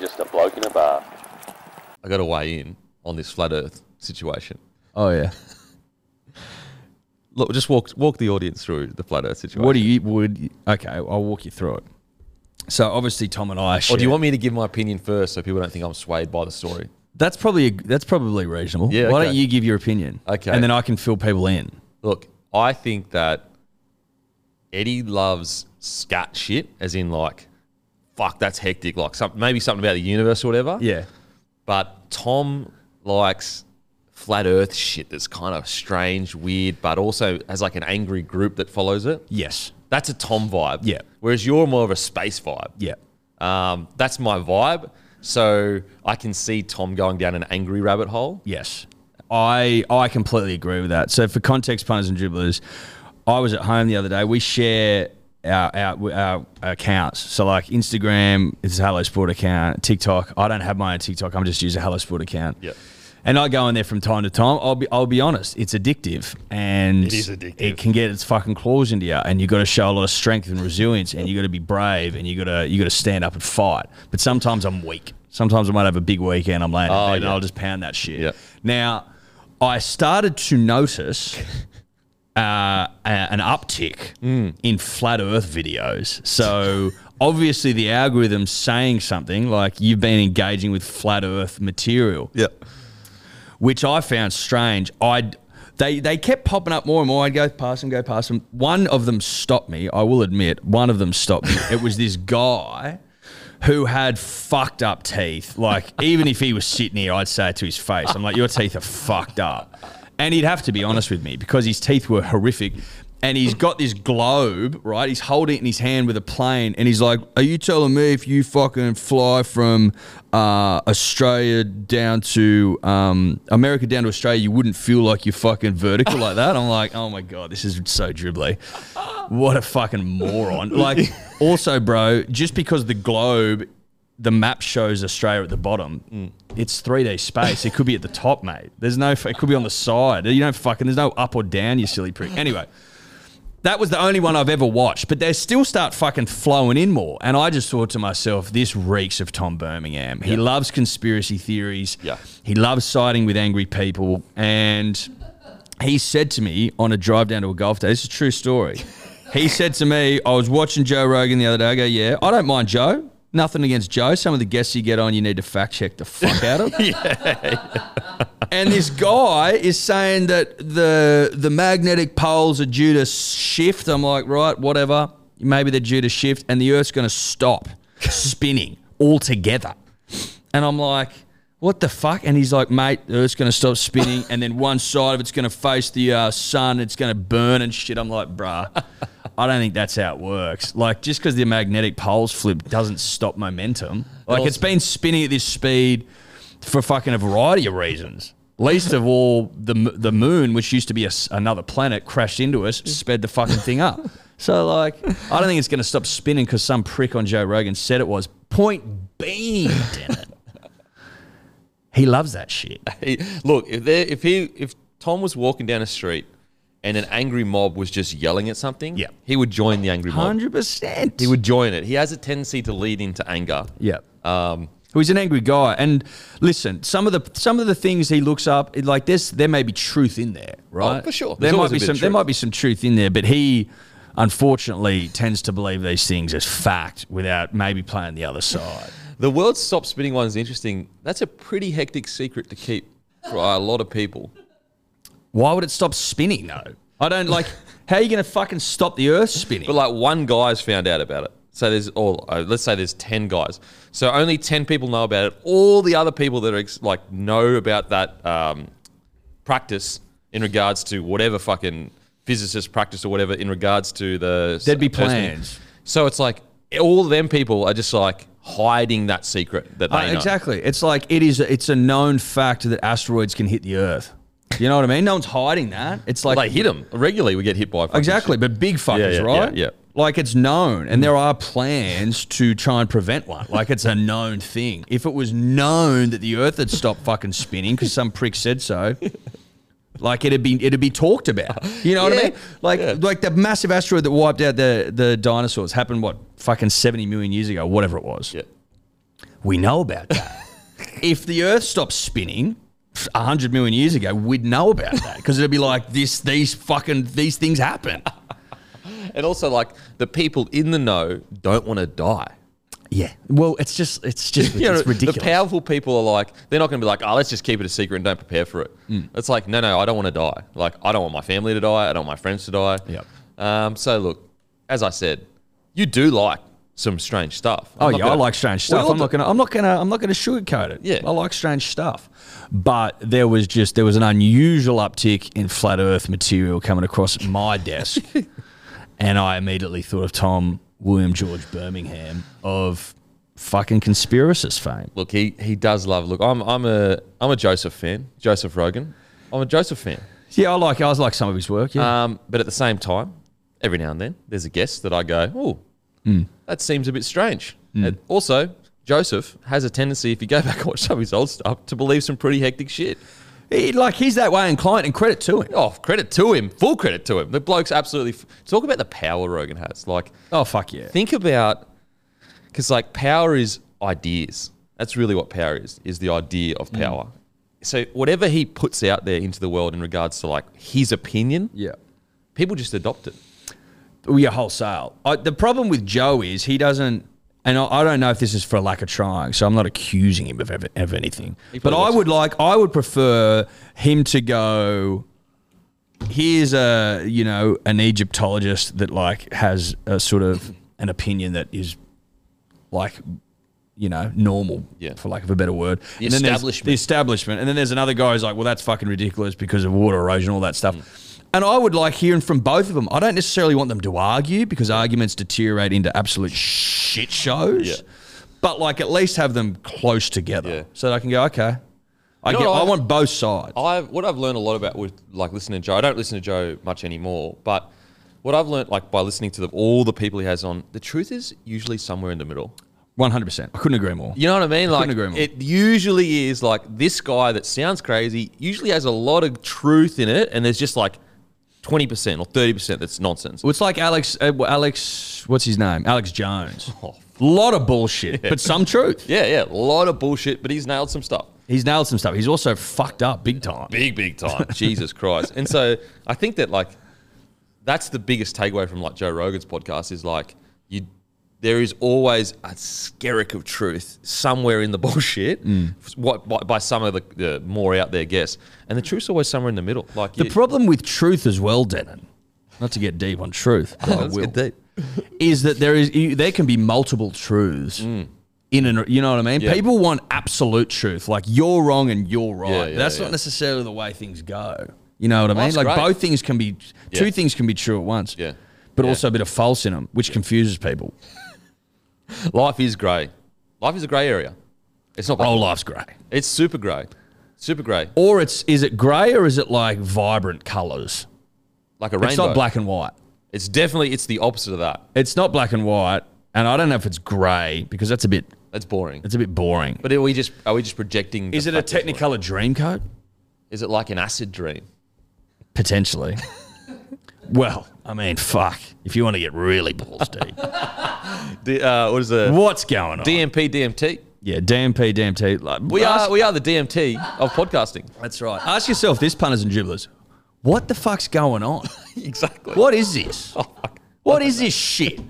Just a bloke in a bar. I got to weigh in on this flat Earth situation. Oh yeah. Look, just walk walk the audience through the flat Earth situation. What do you would? you- okay, I'll walk you through it. So obviously, Tom and I. Or do you share- want me to give my opinion first so people don't think I'm swayed by the story? That's probably that's probably reasonable. Yeah, Why don't okay. you give your opinion? Okay. And then I can fill people in. Look, I think that Eddie loves scat shit, as in like, fuck, that's hectic. Like, some, maybe something about the universe or whatever. Yeah. But Tom likes flat Earth shit that's kind of strange, weird, but also has like an angry group that follows it. Yes. That's a Tom vibe. Yeah. Whereas you're more of a space vibe. Yeah. Um, that's my vibe. So I can see Tom going down an angry rabbit hole. Yes. I I completely agree with that. So for context, punters and dribblers, I was at home the other day. We share our our, our accounts. So like Instagram, it's a Hello Sport account. TikTok, I don't have my own TikTok. I'm just using a Hello Sport account. Yep. And I go in there from time to time. I'll be I'll be honest, it's addictive and it is addictive. can get its fucking claws into you and you got to show a lot of strength and resilience and you got to be brave and you got to you got to stand up and fight. But sometimes I'm weak. Sometimes I might have a big weekend. I'm laying in Oh, bed and yeah. I'll just pound that shit. Yeah. Now, I started to notice uh, a- an uptick in flat Earth videos. So obviously, the algorithm's saying something like you've been engaging with flat Earth material Yeah. which I found strange. I they they kept popping up more and more. I'd go past them, go past them. One of them stopped me. I will admit, one of them stopped me. it was this guy who had fucked up teeth. Like even if he was sitting here, I'd say it to his face. I'm like, your teeth are fucked up, and he'd have to be honest with me because his teeth were horrific. And he's got this globe, right? He's holding it in his hand with a plane, and he's like, "Are you telling me if you fucking fly from uh, Australia down to um, America down to Australia, you wouldn't feel like you're fucking vertical like that?" I'm like, "Oh my god, this is so dribbly." What a fucking moron. Like, also, bro, just because the globe, the map shows Australia at the bottom, it's 3D space. It could be at the top, mate. There's no, it could be on the side. You don't fucking, there's no up or down, you silly prick. Anyway, that was the only one I've ever watched, but they still start fucking flowing in more. And I just thought to myself, this reeks of Tom Birmingham. He loves conspiracy theories. Yeah. He loves siding with angry people. And he said to me on a drive down to a golf day, this is a true story. He said to me, I was watching Joe Rogan the other day. I go, yeah, I don't mind Joe. Nothing against Joe. Some of the guests you get on, you need to fact check the fuck out of. And this guy is saying that the the magnetic poles are due to shift. I'm like, right, whatever. Maybe they're due to shift, and the Earth's going to stop spinning altogether. And I'm like, what the fuck? And he's like, mate, the Earth's going to stop spinning, and then one side of it's going to face the uh, sun. It's going to burn and shit. I'm like, bruh, I don't think that's how it works. Like, just because the magnetic poles flip doesn't stop momentum. Like, it's been spinning at this speed for fucking a variety of reasons. Least of all, the m- the moon, which used to be a s another planet, crashed into us, sped the fucking thing up. So like, I don't think it's going to stop spinning because some prick on Joe Rogan said it was. Point being, Dennett. he loves that shit. He, look, if there, if he, if Tom was walking down a street and an angry mob was just yelling at something, Yeah. he would join the angry mob. Hundred percent. He would join it. He has a tendency to lead into anger. Yeah. Um, He's an angry guy, and listen, some of the some of the things he looks up, it- like this, there may be truth in there, right? Oh, for sure. There There's might always a be bit of some there truth. might be some truth in there, but he unfortunately tends to believe these things as fact without maybe playing the other side. The world stop spinning one is interesting. That's a pretty hectic secret to keep for a lot of people. Why would it stop spinning though? I don't like. How are you going to fucking stop the Earth spinning? But like one guy's found out about it. So there's all uh, let's say there's ten guys. So only ten people know about it. All the other people that are ex- like know about that um, practice in regards to whatever fucking physicist practice or whatever in regards to the s- There'd be person- plans. So it's like all them people are just like hiding that secret that they Uh, know. exactly. It's like it is. It's a known fact that asteroids can hit the Earth. You know what I mean? No one's hiding that. It's like They hit them regularly. We get hit by fucking Exactly, but big fuckers, yeah, right? yeah, Mm. yeah. Like it's known, and there are plans to try and prevent one. Like it's a known thing. If it was known that the Earth had stopped fucking spinning because some prick said so, like it'd be it'd be talked about. You know what I Yeah, mean? Like yeah. like the massive asteroid that wiped out the the dinosaurs happened what fucking seventy million years ago, whatever it was. shit. Yeah. We know about that. if the Earth stops spinning. 100 million years ago, we'd know about that because it'd be like this, these fucking, these things happen. And also, like the people in the know don't want to die. Yeah. Well, it's just, it's just, You know, it's ridiculous. The powerful people are like, they're not going to be like, oh, let's just keep it a secret and don't prepare for it. Mm. It's like, no, no, I don't want to die. Like, I don't want my family to die. I don't want my friends to die. Yep. Um, so look, as I said, you do like some strange stuff. I'm Oh not yeah, I gonna- like strange We stuff. all I'm not do. gonna, I'm not gonna, I'm not gonna sugarcoat it. Yeah. I like strange stuff, but there was just there was an unusual uptick in flat Earth material coming across my desk, and I immediately thought of Tom William George Birmingham of fucking conspiracist fame. Look, he he does love. Look, I'm I'm a I'm a Joseph fan. Joseph Rogan. I'm a Joseph fan. Yeah, I like, I was like some of his work. Yeah, Um, but at the same time, every now and then, there's a guest that I go, oh, that seems a bit strange. And also, Joseph has a tendency, if you go back and watch some of his old stuff, to believe some pretty hectic shit. he, like he's that way inclined, and credit to him. Oh, credit to him. Full credit to him. The bloke's absolutely. F- Talk about the power Rogan has. Like, Oh fuck yeah. think about because like power is ideas that's really what power is is the idea of power so whatever he puts out there into the world in regards to like his opinion Yeah. people just adopt it Well, yeah, wholesale. I, the problem with Joe is he doesn't, and I, I don't know if this is for lack of trying, so I'm not accusing him of, ever, of anything. He But probably I does. would like, I would prefer him to go. Here's a you know an Egyptologist that like has a sort of an opinion that is like you know normal Yeah. for lack of a better word. The And then there's- establishment. The establishment, and then there's another guy who's like, well, that's fucking ridiculous because of water erosion, all that stuff. And I would like hearing from both of them. I don't necessarily want them to argue because arguments deteriorate into absolute shit shows. Yeah. But like, at least have them close together Yeah. so that I can go, okay. I, know get, what I I- want both sides. I've what I've learned a lot about with like listening to Joe. I don't listen to Joe much anymore, but what I've learned like by listening to the, all the people he has on, the truth is usually somewhere in the middle. 100%. I couldn't agree more. You know what I mean? Like agree more. it usually is like this guy that sounds crazy usually has a lot of truth in it, and there's just like twenty percent or thirty percent that's nonsense. Well, it's like Alex, uh, well, Alex, what's his name? Alex Jones. A Oh, lot of bullshit, but some truth. Yeah, yeah, a lot of bullshit, but he's nailed some stuff. He's nailed some stuff. He's also fucked up big time. Big, big time. Jesus Christ. And so I think that like that's the biggest takeaway from like Joe Rogan's podcast is like you there is always a skerrick of truth somewhere in the bullshit Mm. what, by, by some of the, the more out there guests. And the truth's always somewhere in the middle. Like The you- problem with truth as well, Denon, not to get deep on truth, but I Let's will, get deep. Mm. is that there is you, there can be multiple truths in and you know what I mean. Yeah. People want absolute truth, like you're wrong and you're right. Yeah, yeah, That's yeah. not necessarily the way things go. You know what I mean? that's like great. both things can be two Yeah. things can be true at once. Yeah. But Yeah. also a bit of false in them, which confuses people. life is grey. Life is a grey area. It's not black. Oh, life's grey. it's super grey. Super grey. Or it's is it grey or is it like vibrant colours? Like a rainbow. It's not black and white. It's definitely it's the opposite of that. It's not black and white, and I don't know if it's grey because that's a bit That's boring. it's a bit boring. But are we just are we just projecting? the Is it a fact that- Technicolor dream coat? Is it like an acid dream? Potentially. well, I mean, fuck. If you want to get really balls deep, D, uh, what is it? what's going on? DMP DMT. yeah, DMP, DMT. Like, We ask- are we are the DMT of podcasting. That's right. Ask yourself this, punters and dribblers. What the fuck's going on? exactly. What is this? Oh, What is this shit?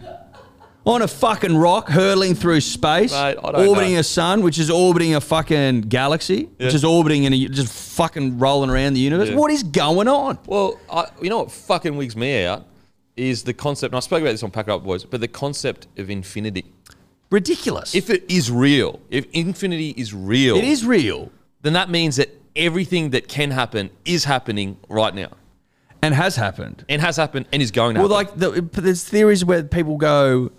On a fucking rock hurling through space, Mate, I don't orbiting know. a sun, which is orbiting a fucking galaxy, which Yeah. is orbiting in a, just fucking rolling around the universe. Yeah. What is going on? Well, I, you know what fucking wigs me out is the concept, and I spoke about this on Pack It Up Boys, but the concept of infinity. Ridiculous. If it is real, if infinity is real, it is real, then that means that everything that can happen is happening right now, and has happened. and has happened, and is going to. Well, happen. like the, but there's theories where people go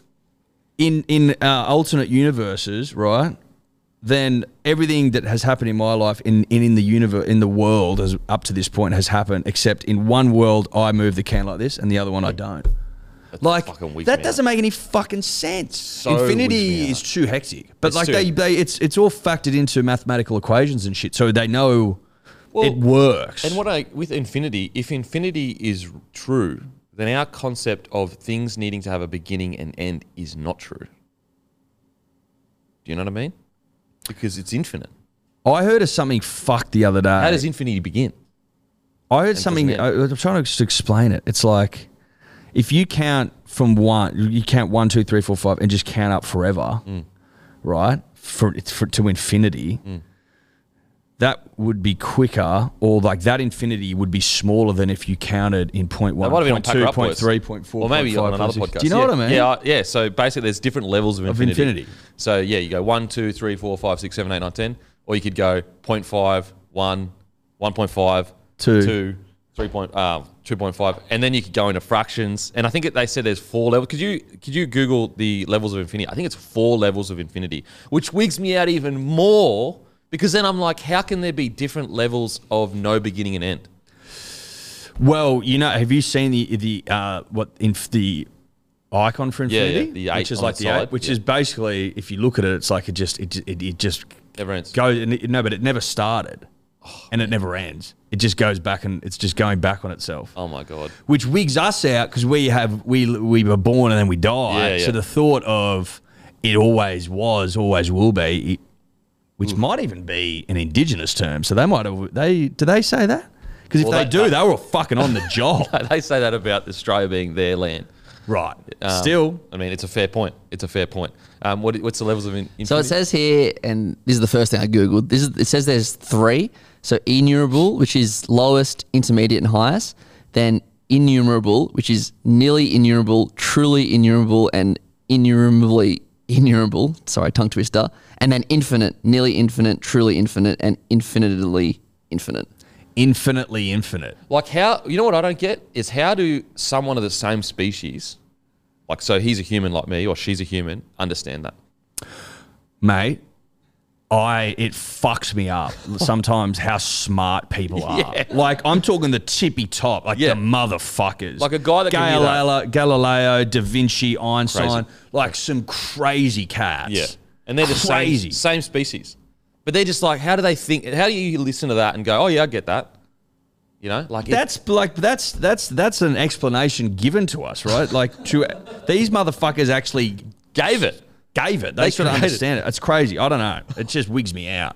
in in uh, alternate universes, right? Then everything that has happened in my life in, in, in the universe in the world has up to this point has happened, except in one world I move the can like this and the other one I don't. Like fucking weak that me doesn't make any fucking sense. weak Infinity me is too hectic, but It's like too they, hectic. they it's it's all factored into mathematical equations and shit, so they know Well, it works. And what I with infinity, if infinity is true, then our concept of things needing to have a beginning and end is not true. Do you know what I mean? because it's infinite. I heard of something fucked the other day. How does infinity begin? I heard something. end? I, I'm trying to just explain it. It's like if you count from one, you count one, two, three, four, five, and just count up forever, Mm. right? For, it's for to infinity. That would be quicker, or like that infinity would be smaller than if you counted in point one, That might have been on point two, Tucker point Upwards. three, point four, Or maybe point on five, another point six. podcast. Do you know yeah. what I mean? Yeah, I- yeah. So basically, there's different levels of infinity. infinity. So yeah, you go 1, 2, 3, 4, 5, 6, 7, 8, 9, 10. Or you could go 0.5, 1, 1.5, Two. 2, 3 point, uh, 2.5. And then you could go into fractions. And I think it, they said there's four levels. Could you, could you Google the levels of infinity? I think it's four levels of infinity, which wigs me out even more because then I'm like, how can there be different levels of no beginning and end? Well, you know, have you seen the the uh, what in the icon for Yeah, yeah, infinity, the eight which is on like the the eight, side, which yeah. is basically if you look at it, it's like it just it it, it just Never ends. goes and it, no, but it never started, and it never ends. It just goes back and it's just going back on itself, Oh my God. which wigs us out because we have we we were born and then we die. Yeah, yeah. So the thought of it always was, always will be, it- which might even be an indigenous term. So they might have they do they say that? Because if Well, they that- do, that- they were fucking on the job. They say that about Australia being their land. Right. Um, Still, I mean, it's a fair point. It's a fair point. Um, what, what's the levels of in- So it infinity? says here, and this is the first thing I googled. This is, it says there's three. So enumerable, which is lowest, intermediate, and highest. Then innumerable, which is nearly innumerable, truly innumerable, and innumerably innumerable. Sorry, tongue twister. And then infinite, nearly infinite, truly infinite, and infinitely infinite. infinitely infinite. like how you know what I don't get is how do someone of the same species, like so he's a human like me or she's a human, understand that? Mate, I it fucks me up sometimes how smart people are. Like I'm talking the tippy top, like Yeah. the motherfuckers. Like a guy that can do that. Galileo, Galileo, Da Vinci, Einstein, Crazy. like some crazy cats. and they're the Crazy. same same species, but they're just like how do they think? How do you listen to that and go, oh yeah, I get that? You know, like it- That's like that's that's that's an explanation given to us, right? Like to these motherfuckers actually gave it. gave it. They, should created it. understand it. It's crazy. I don't know. It just wigs me out.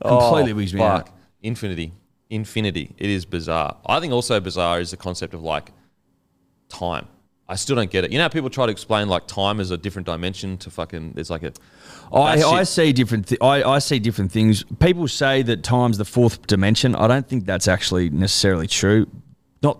Completely wigs me out. Oh, Fuck. Infinity. Infinity. It is bizarre. I think also bizarre is the concept of like time. I still don't get it. You know how people try to explain like time is a different dimension to fucking there's like a I, That I shit- see different. Th- I, I see different things. People say that time's the fourth dimension. I don't think that's actually necessarily true. Not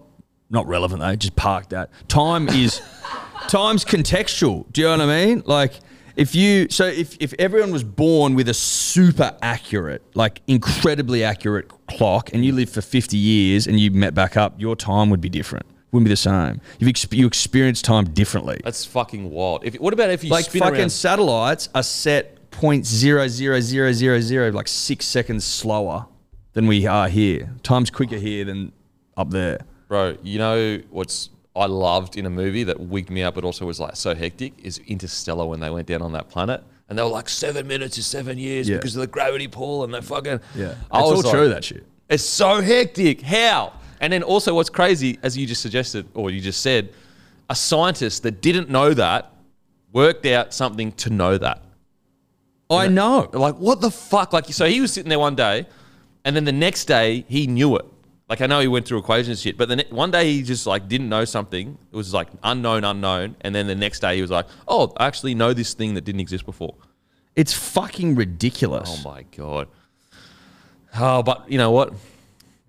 not relevant though. Just park that. Time is time's contextual. Do you know what I mean? Like if you so if if everyone was born with a super accurate, like incredibly accurate clock, and you lived for fifty years and you met back up, your time would be different. Wouldn't be the same. You've exp- you experience time differently that's fucking wild. If what about if you like spin fucking around satellites are set point zero zero zero zero zero like six seconds slower than we are here. Time's quicker here than up there. Bro, you know what's I loved in a movie that wigged me out, but also was like so hectic is Interstellar when they went down on that planet and they were like seven minutes is seven years Yeah. because of the gravity pull and they fucking Yeah, it's I all was like, true that shit. It's so hectic. How? And then also, what's crazy, as you just suggested or you just said, a scientist that didn't know that worked out something to know that. I know. Like, what the fuck? Like, so he was sitting there one day, and then the next day he knew it. Like, I know he went through equations and shit, but then one day he just like didn't know something. It was like unknown, unknown, and then the next day he was like, oh, I actually know this thing that didn't exist before. It's fucking ridiculous. Oh my god. Oh, but you know what?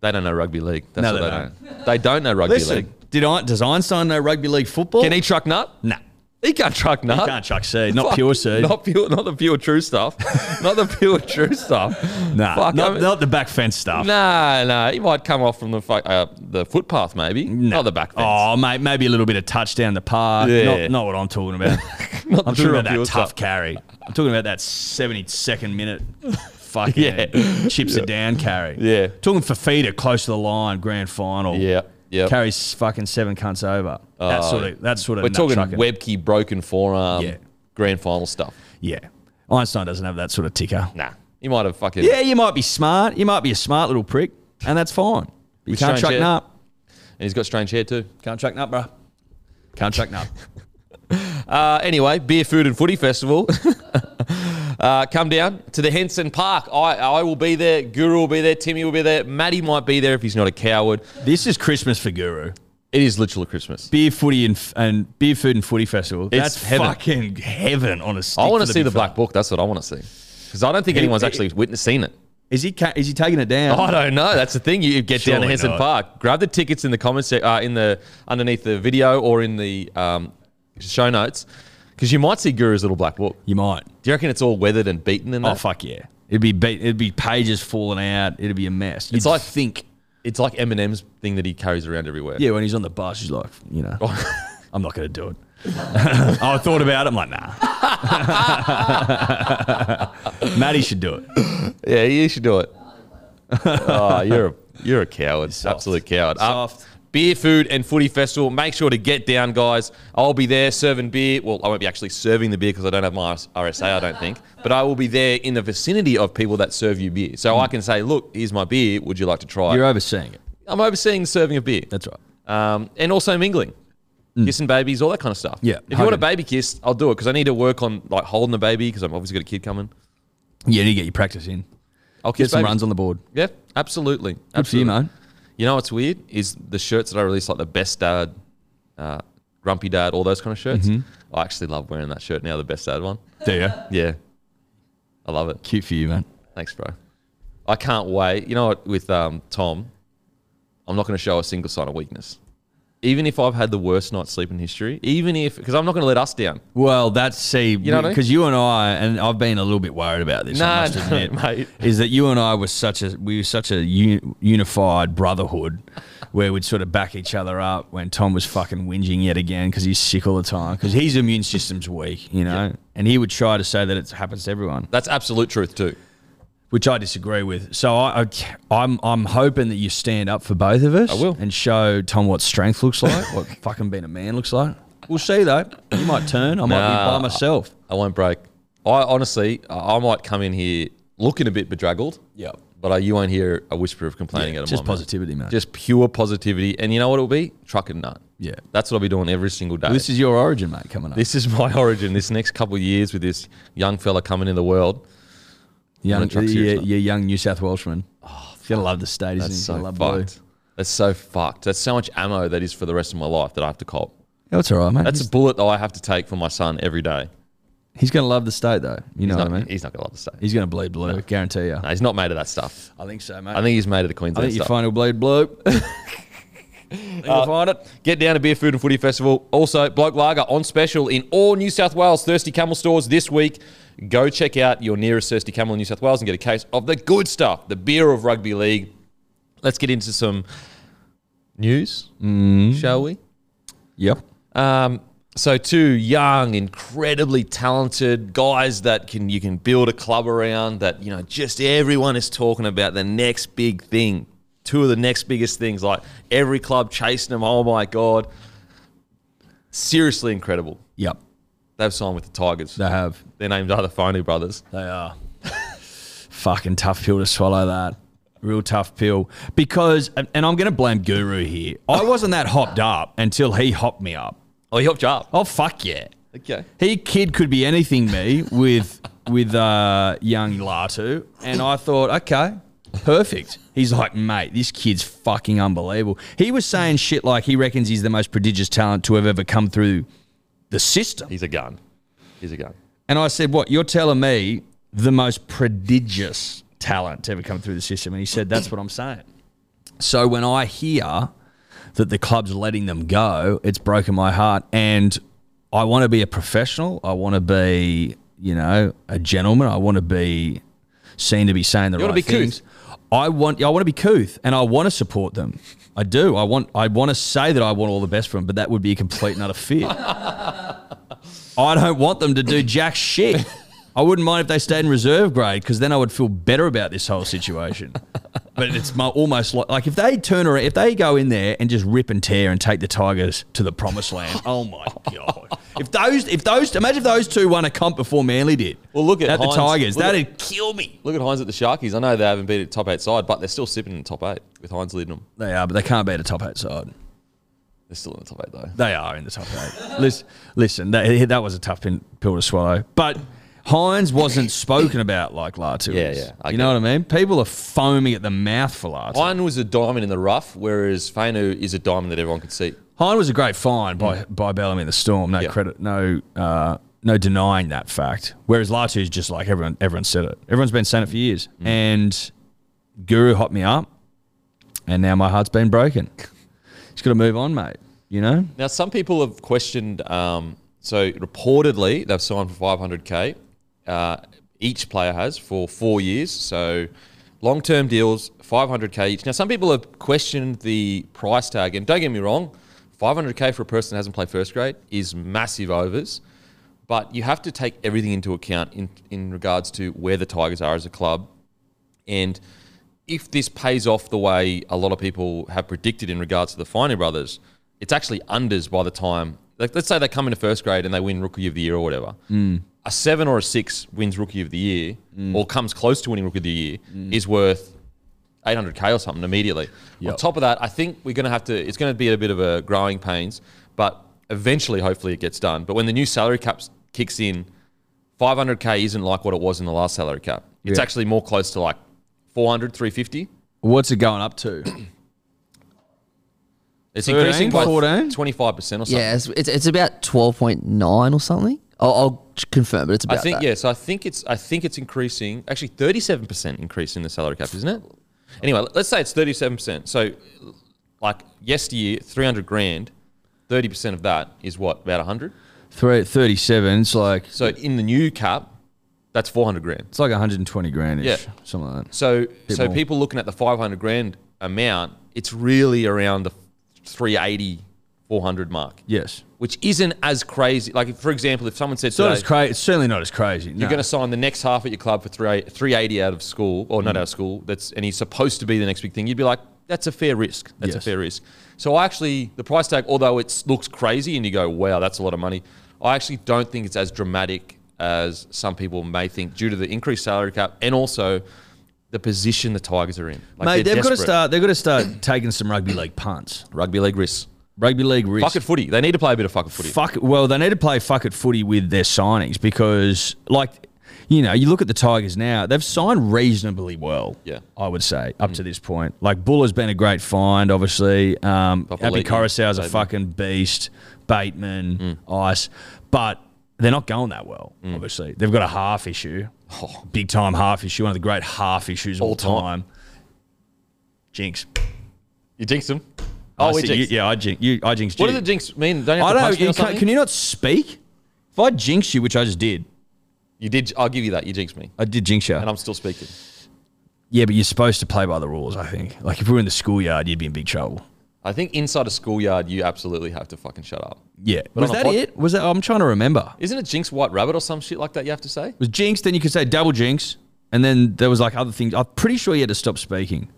They don't know rugby league. That's No, what they they don't. They don't know rugby league. Listen, did I, does Einstein know rugby league football? Can he truck nut? Nah. He can't truck nut. Can't chuck seed. Not Fuck, pure seed. Not pure. Not the pure true stuff. not the pure true stuff. nah. Fuck, not, I mean- not the back fence stuff. Nah, nah. He might come off from the fu- uh, the footpath, maybe. Not the back fence. Oh, mate, maybe a little bit of touchdown the park. Yeah. Not, not what I'm talking Not about. I'm the talking true about that pure tough stuff. carry. I'm talking about that 72nd minute fucking Yeah. chips it down carry. Yeah. Talking Fafita close to the line, grand final. Yeah, yeah. Carries fucking seven cunts over. that sort of. That sort of. We're nut talking trucking. Webkey broken forearm, Yeah. grand final stuff. Yeah. Einstein doesn't have that sort of ticker. Nah, he might have fucking Yeah, you might be smart. You might be a smart little prick, and that's fine. You With can't strange chuck hair. nut. And he's got strange hair too. Can't chuck nut, bro. Can't chuck nut. Uh, anyway, beer, food, and footy festival. Uh, come down to the Henson Park. I, I will be there. Guru will be there. Timmy will be there. Maddie might be there if he's not a coward. This is Christmas for Guru. It is literally Christmas. Beer footy and, f- and beer food and footy festival. That's heaven. fucking heaven on a stick. I want for to see the big black fella. book. That's what I want to see. Because I don't think He- anyone's he- actually witnessing it. Is he ca- is he taking it down? I don't know. That's the thing. You get down to Surely Henson not. Park. Grab the tickets in the comments sec- uh, in the underneath the video or in the um, show notes, because you might see Guru's little black book. you might. Do you reckon it's all weathered and beaten in that? Oh fuck yeah! It'd be be- it'd be pages falling out. It'd be a mess. It's You'd like- think. It's like Eminem's thing that he carries around everywhere. Yeah, when he's on the bus, he's like, you know, I'm not going to do it. Oh. I thought about it. I'm like, nah. Maddie should do it. yeah, you should do it. oh, you're a you're a coward, absolute coward. Uh, Soft. beer, food, and footy festival. Make sure to get down, guys. I'll be there serving beer. Well, I won't be actually serving the beer because I don't have my RSA, I don't think. But I will be there in the vicinity of people that serve you beer, so I can say, look, here's my beer. Would you like to try? You're it? overseeing it. I'm overseeing the serving of beer. That's right. um, and also mingling, kissing babies, all that kind of stuff. Yeah, If you want a 100. baby kiss, I'll do it because I need to work on like holding the baby because I'm obviously got a kid coming. Yeah, you need to get your practice in. I'll kiss Get some babies. runs on the board. Yeah, absolutely. Good for you, absolutely. man. You know what's weird is the shirts that I release, like the best dad, uh, grumpy dad, all those kind of shirts. I actually love wearing that shirt now, the best dad one. There you Yeah, I love it. Cute for you, man. Thanks, bro. I can't wait. You know what? With um, Tom, I'm not going to show a single sign of weakness. Even if I've had the worst night's sleep in history, even if because I'm not going to let us down. Well, that's see, know what I mean? because you and I, and I've been a little bit worried about this. Nah, I must no, admit, mate. is that you and I were such a we were such a u- unified brotherhood, where we'd sort of back each other up when Tom was fucking whinging yet again because he's sick all the time because his immune system's weak, you know, and he would try to say that it happens to everyone, That's absolute truth too. which I disagree with. So I, I am I'm hoping that you stand up for both of us. I will. and show Tom what strength looks like, what fucking being a man looks like. We'll see though. You might turn. I might Nah, be by myself. I won't break. I honestly, I I might come in here looking a bit bedraggled. Yep. But I, you won't hear a whisper of complaining at a just moment. positivity, man. Just pure positivity. And you know what it'll be? Truck and nut. Yeah. That's what I'll be doing every single day. This is your origin, mate, coming up. this is my origin. This next couple of years with this young fella coming in the world. young, I'm gonna truck your, seriously. your young New South Welshman. Oh, He's gonna love the state, isn't he? That's He's so gonna love blue. fucked. That's so fucked. That's so much ammo that is for the rest of my life that I have to cop. Yeah, it's all right, mate. That's a he's, bullet that I have to take for my son every day. he's gonna love the state, though. You know He's what I not, mean? he's not gonna love the state. He's gonna bleed blue, guarantee you. No, he's not made of that stuff. I think so, mate. I think he's made of the Queensland you stuff. find he'll bleed blue. You'll find it. Get down to Beer Food and Footy Festival. Also, Bloke Lager on special in all New South Wales Thirsty Camel stores this week. Go check out your nearest Thirsty Camel in New South Wales and get a case of the good stuff, the beer of rugby league. Let's get into some news, shall we? yep. Um, so two young, incredibly talented guys that can you can build a club around. That you know, just everyone is talking about the next big thing. Two of the next biggest things, like every club chasing them. Oh my god, seriously incredible. Yep. They've signed with the Tigers. They have. Their names are the Phony Brothers. They are. Fucking tough pill to swallow that. Real tough pill. Because, and and I'm going to blame Guru here. I wasn't that hopped up until he hopped me up. Oh, he hopped you up. Oh, fuck yeah. Okay. He kid could be anything me with with uh, young Latu, and I thought, okay, perfect. He's like, mate, this kid's fucking unbelievable. He was saying shit like he reckons he's the most prodigious talent to have ever come through the system. He's a gun. He's a gun. And I said, What? You're telling me the most prodigious talent to ever come through the system? And he said, That's what I'm saying. So when I hear that the club's letting them go, it's broken my heart. And I want to be a professional. I want to be, you know, a gentleman. I want to be seen to be saying the You wanna right be couth. things. I want I want to be couth and I want to support them. I do. I want I want to say that I want all the best for them, but that would be a complete and utter fear. I don't want them to do jack shit. I wouldn't mind if they stayed in reserve grade because then I would feel better about this whole situation. But it's my, almost like, like if they turn around, if they go in there and just rip and tear and take the Tigers to the promised land. Oh my god! If those, if those, imagine if those two won a comp before Manly did. Well, look at the Hines. Tigers. Look at- That'd kill me. Look at Hines at the Sharkies. I know they haven't been at top eight side, but they're still sipping in the top eight with Hines leading them. They are, but they can't beat a top eight side. They're still in the top eight though. They are in the top eight. listen, listen that, that was a tough pin, pill to swallow. But Hines wasn't spoken about like Latu Yeah, is. yeah, I you get know what I mean? People are foaming at the mouth for Latu. Hine was a diamond in the rough, whereas Fainu is a diamond that everyone could see. Hine was a great find by Mm. by Bellamy in the Storm. No credit, no uh, no denying that fact. Whereas Latu is just like everyone everyone said it. Everyone's been saying it for years. Mm. And Guru hopped me up, and now my heart's been broken. It's got to move on, mate. You know, Now, some people have questioned. Um, so reportedly, they've signed for 500k. Uh, each player has for four years. So long-term deals, 500k each. Now, some people have questioned the price tag, and don't get me wrong, 500k for a person that hasn't played first grade is massive overs. But you have to take everything into account in, in regards to where the Tigers are as a club, and if this pays off the way a lot of people have predicted in regards to the Finey brothers, it's actually unders by the time. Like, let's say they come into first grade and they win Rookie of the Year or whatever. A seven or a six wins Rookie of the Year or comes close to winning Rookie of the Year is worth 800k or something immediately. On top of that, I think we're going to have to. It's going to be a bit of a growing pains, but eventually, hopefully, it gets done. But when the new salary cap kicks in, 500k isn't like what it was in the last salary cap. It's Yeah. actually more close to like 400, 350. what's it going up to? It's 13, increasing by 14? 25 percent or something. Yeah, it's, it's, it's about 12.9 or something. I'll, I'll ch- confirm, but it's I about think that. yeah. So I think it's I think it's increasing. Actually, 37 percent increase in the salary cap, isn't it? Anyway, let's say it's 37 percent. So, like yesteryear, 300 grand. 30 percent of that is what about 100. Three, 37. It's like So in the new cap, that's 400 grand. it's like 120 grand ish, Yeah. something like that. So so more. people looking at the 500 grand amount, it's really around the 380, 400 mark, Yes, which isn't as crazy. Like for example, if someone said it's not today, as crazy. It's certainly not as crazy. You're going to sign the next half at your club for three- 380 out of school, or not out of school. That's and he's supposed to be the next big thing. You'd be like, that's a fair risk. That's Yes. a fair risk. So I actually, the price tag, although it looks crazy, and you go, wow, that's a lot of money. I actually don't think it's as dramatic as some people may think due to the increased salary cap and also the position the Tigers are in. Like, Mate, they're they've got to desperate. start. They've got to start taking some rugby league punts, rugby league risks. rugby league risk. Bucket footy. They need to play a bit of fucking footy. Fuck. Well, they need to play fuck at footy with their signings because, like, you know, you look at the Tigers now; they've signed reasonably well. Yeah. Mm. I would say up to this point. Like Buller's been a great find, obviously. Um, Abby Papali'i, Coruscant's a Bateman. Mm. fucking beast. Bateman, Ice, but they're not going that well. Obviously, they've got a half issue, big time half issue. One of the great half issues of all, Oh. All time. time. Jinx. You jinxed them. I Oh, we said- jinxed. you- yeah, I jinx. You, I jinxed What you. does the jinx mean? Don't you have to I don't. punch me or You can, something? can you not speak? If I jinx you, which I just did, you did. I'll give you that. You jinxed me, I did jinx you. and I'm still speaking. yeah, but you're supposed to play by the rules. I think. Like if we were in the schoolyard, you'd be in big trouble. I think inside a schoolyard, you absolutely have to fucking shut up. Yeah. But was on a that pod- it? Was that? I'm trying to remember. It Isn't it Jinx White Rabbit or some shit like that you have to say? was jinx. Then you could say double jinx, and then there was like other things. I'm pretty sure you had to stop speaking.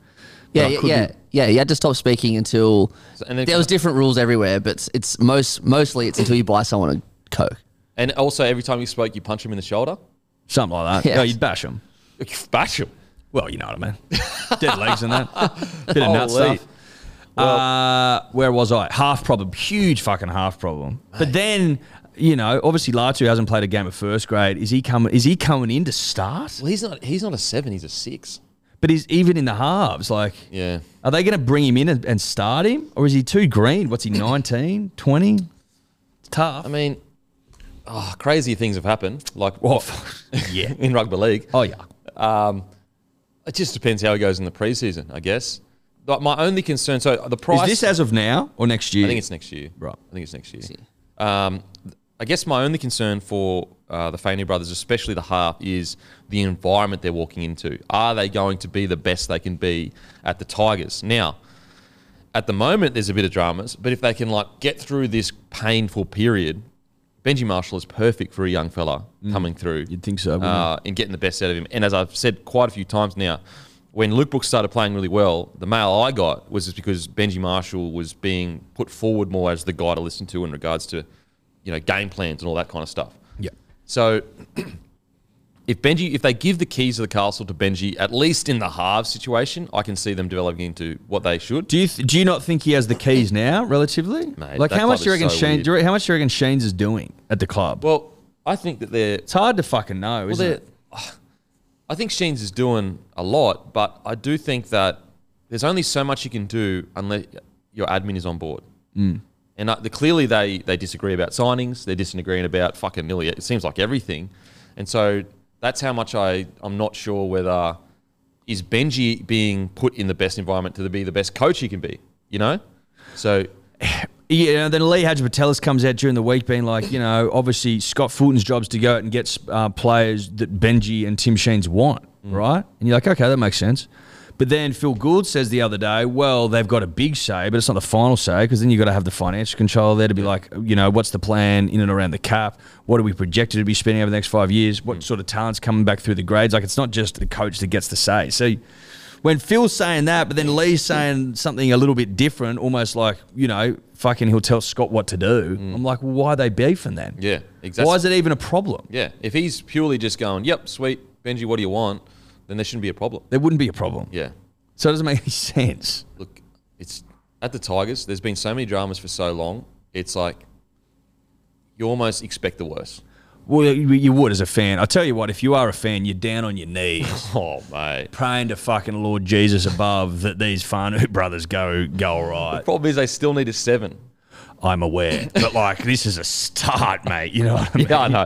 yeah, I yeah, could yeah, be- yeah. You had to stop speaking until So- and then- there was different rules everywhere, but it's, it's most mostly it's until you buy someone a coke. And also, every time you spoke, you punch him in the shoulder. Something like that. Yes. No, you'd bash them. You Bash him. Well, you know what I mean. Dead legs and that. Bit of nut Holy. stuff. uh, where was I? Half problem. Huge fucking half problem. But then, you know, obviously Latu hasn't played a game of first grade. Is he coming is he coming in to start? Well, he's not. He's not a seven. He's a six. But he's even in the halves. Like Yeah. are they gonna bring him in and, and start him? Or is he too green? What's he 19? 20? It's tough. I mean, oh, crazy things have happened. Like oh, fuck. yeah. in rugby league. Oh yeah. It just depends how he goes in the preseason, I guess. But my only concern. So the price. Is this as of now or next year? I think it's next year. Right. I think it's next year. Um, th- I guess my only concern for uh, the Fainu brothers, especially the half, is the environment they're walking into. Are they going to be the best they can be at the Tigers? Now, at the moment, there's a bit of dramas, but if they can like get through this painful period, Benji Marshall is perfect for a young fella Mm. coming through You'd think so, wouldn't uh, and getting the best out of him. And as I've said quite a few times now, when Luke Brooks started playing really well, the mail I got was just because Benji Marshall was being put forward more as the guy to listen to in regards to, you know, game plans and all that kind of stuff. Yeah. So if Benji, if they give the keys of the castle to Benji, at least in the halves situation, I can see them developing into what they should. Do you th- do you not think he has the keys now, relatively? Mate, like that how much club do you is reckon so Shane? weird. Do you, re- how much do you reckon Shane's is doing at the club? Well, I think that they're. It's hard to fucking know, Well, isn't they're it? I think Sheens is doing a lot, but I do think that there's only so much you can do unless your admin is on board. Mm. And uh, the, clearly, they they disagree about signings. They're disagreeing about fucking nearly. It seems like everything, and so that's how much I I'm not sure whether is Benji being put in the best environment to be the best coach he can be. You know, so Yeah, and then Lee Hadjipatelis comes out during the week being like, you know, obviously Scott Fulton's job's to go out and get uh, players that Benji and Tim Sheens want, right? And you're like, okay, that makes sense. But then Phil Gould says the other day, well, they've got a big say, but it's not the final say because then you've got to have the financial control there to be like, you know, what's the plan in and around the cap? What are we projected to be spending over the next five years? What sort of talent's coming back through the grades? Like, it's not just the coach that gets the say. So when Phil's saying that, but then Lee's saying something a little bit different, almost like, you know, fucking he'll tell Scott what to do. I'm like, well, why are they beefing then? Mm. yeah, exactly. Why is it even a problem? yeah, if he's purely just going, yep, sweet, Benji, what do you want? Then there shouldn't be a problem. There wouldn't be a problem. Yeah. So it doesn't make any sense. look, it's at the Tigers. There's been so many dramas for so long. It's like you almost expect the worst. Well, you you would as a fan. I tell you what, if you are a fan, you're down on your knees Oh mate. praying to fucking Lord Jesus above that these Farnu brothers go go all right. Problem is, they still need a seven. I'm aware, but like this is a start, mate. You know what I mean? Yeah, I know.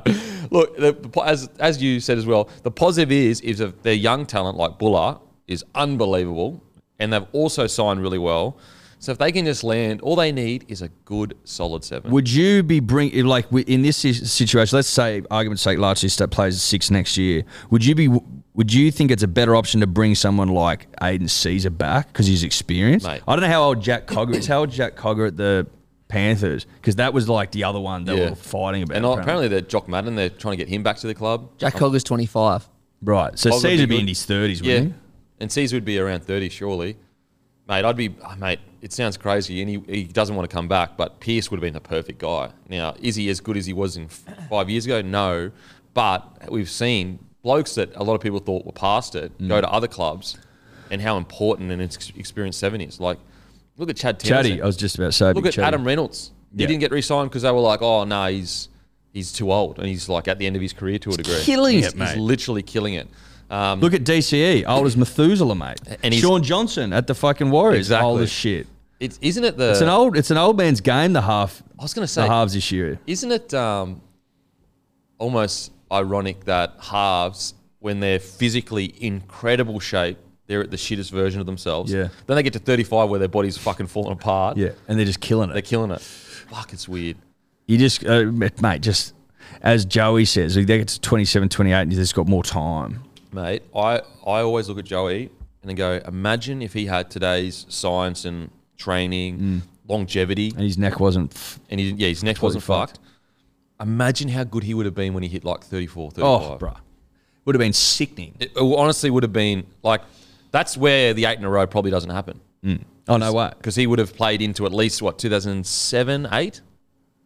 Look, the, the po- as as you said as well, the positive is is if their young talent like Buller is unbelievable, and they've also signed really well. So if they can just land, all they need is a good solid seven. Would you be bring like wi- in this si- situation? Let's say, argument's sake, largely State plays at six next year. Would you be? Would you think it's a better option to bring someone like Aiden Caesar back because he's experienced? Mate. I don't know how old Jack Cogger is. How old Jack Cogger at the Panthers? Because that was like the other one that we Yeah. were fighting about. and apparently, they're Jock Madden. They're trying to get him back to the club. Jack Cogger's 25. right. So Cogger'd be Caesar be in good. his thirties, Yeah, wouldn't he? and Caesar would be around thirty, surely. Mate, I'd be oh, mate. It sounds crazy, and he, he doesn't want to come back. But Pierce would have been the perfect guy. Now, is he as good as he was in f- five years ago? No, but we've seen blokes that a lot of people thought were past it Mm. go to other clubs, and how important an ex- experienced seven is. Like, look at Chad Townsend. Chatty, I was just about to say. Look big at Chatty. Adam Reynolds. He Yeah. didn't get re-signed because they were like, "Oh no, he's he's too old," and he's like at the end of his career to a degree. killing He's- it, He's mate. literally killing it. Um, Look at DCE, old as Methuselah, mate. And And he's- Sean Johnson at the fucking Warriors, Exactly. old as shit. It's isn't it the It's an old, it's an old man's game. The half, I was going to the say halves this year. isn't it um, almost ironic that halves when they're physically incredible shape they're at the shittest version of themselves. Yeah. Then they get to 35 where their body's fucking falling apart. Yeah, and they're just killing They're it. killing it. Fuck, it's weird. You just, uh, mate, just as Joey says, they get to 27, 28, and they've just got more time. Mate, I, I always look at Joey and then go, imagine if he had today's science and training, Mm. longevity, And his neck wasn't. F- and he, yeah, his neck wasn't fucked. Imagine how good he would have been when he hit like 34, 35. oh, bruh. Would have been sickening. it honestly would have been like that's where the eight in a row probably doesn't happen Oh, no way. because he would have played into at least what 2007 8